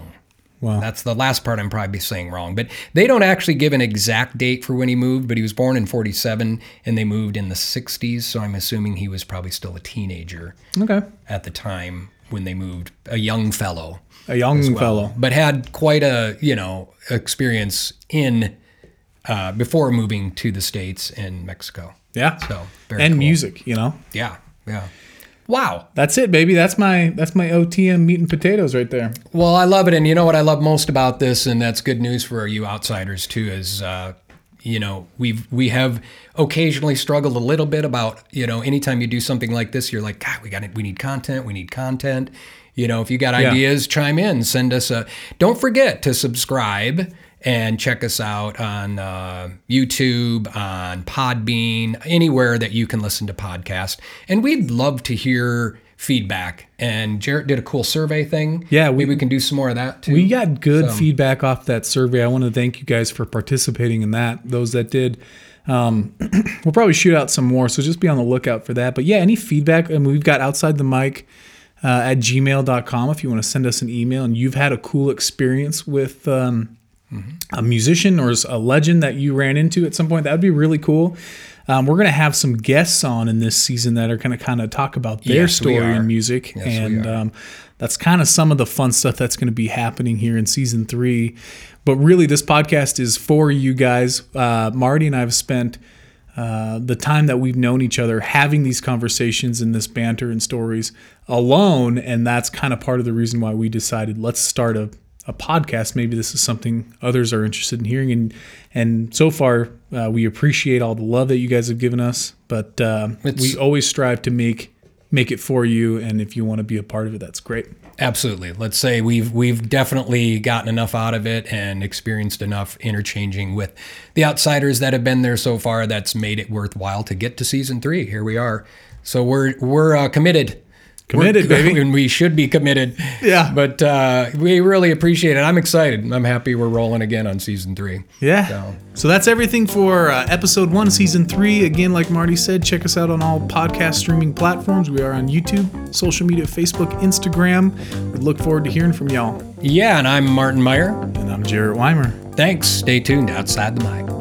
Wow. That's the last part I'm probably saying wrong, but they don't actually give an exact date for when he moved, but he was born in 47 and they moved in the 60s, so I'm assuming he was probably still a teenager Okay, at the time when they moved, a young fellow a young fellow. but had quite a you know experience in uh, before moving to the states and Mexico. Yeah, So very and cool. music. You know, Yeah, yeah. Wow. that's it, baby. That's my that's my OTM meat and potatoes right there. Well, I love it, and you know what I love most about this, and that's good news for you outsiders too, is. Uh, you know, we've we have occasionally struggled a little bit about you know anytime you do something like this, you're like, God, we got we need content, we need content. You know, if you got ideas, chime in, send us a. Don't forget to subscribe and check us out on uh, YouTube, on Podbean, anywhere that you can listen to podcasts. And we'd love to hear feedback. And Jarrett did a cool survey thing. Yeah, we- we, Maybe we can do some more of that too. We got good feedback off that survey. I want to thank you guys for participating in that. Those that did, um, we'll probably shoot out some more. So just be on the lookout for that. But yeah, any feedback, and we've got outside the mic uh, at gmail.com if you want to send us an email and you've had a cool experience with um, a musician or a legend that you ran into at some point. That would be really cool. Um, we're going to have some guests on in this season that are going to kind of talk about their Yes, we story are. and music and um, that's kind of some of the fun stuff that's going to be happening here in season three. But really, this podcast is for you guys. Uh, Marty and I have spent uh, the time that we've known each other having these conversations and this banter and stories alone. And that's kind of part of the reason why we decided let's start a, a podcast. Maybe this is something others are interested in hearing. And, and so far, uh, we appreciate all the love that you guys have given us. But uh, we always strive to make make it for you and if you want to be a part of it that's great Absolutely. Let's say we've we've definitely gotten enough out of it and experienced enough interchanging with the outsiders that have been there so far. That's made it worthwhile to get to season three. Here we are. So we're we're uh, committed. Committed, We're- baby. and we should be committed. Yeah. But uh, we really appreciate it. I'm excited. I'm happy we're rolling again on season three. yeah So- so that's everything for uh, episode one season three again like marty said check us out on all podcast streaming platforms we are on youtube social media facebook instagram we look forward to hearing from y'all Yeah, and I'm Martin Meyer. and i'm jarrett weimer Thanks. Stay tuned outside the mic.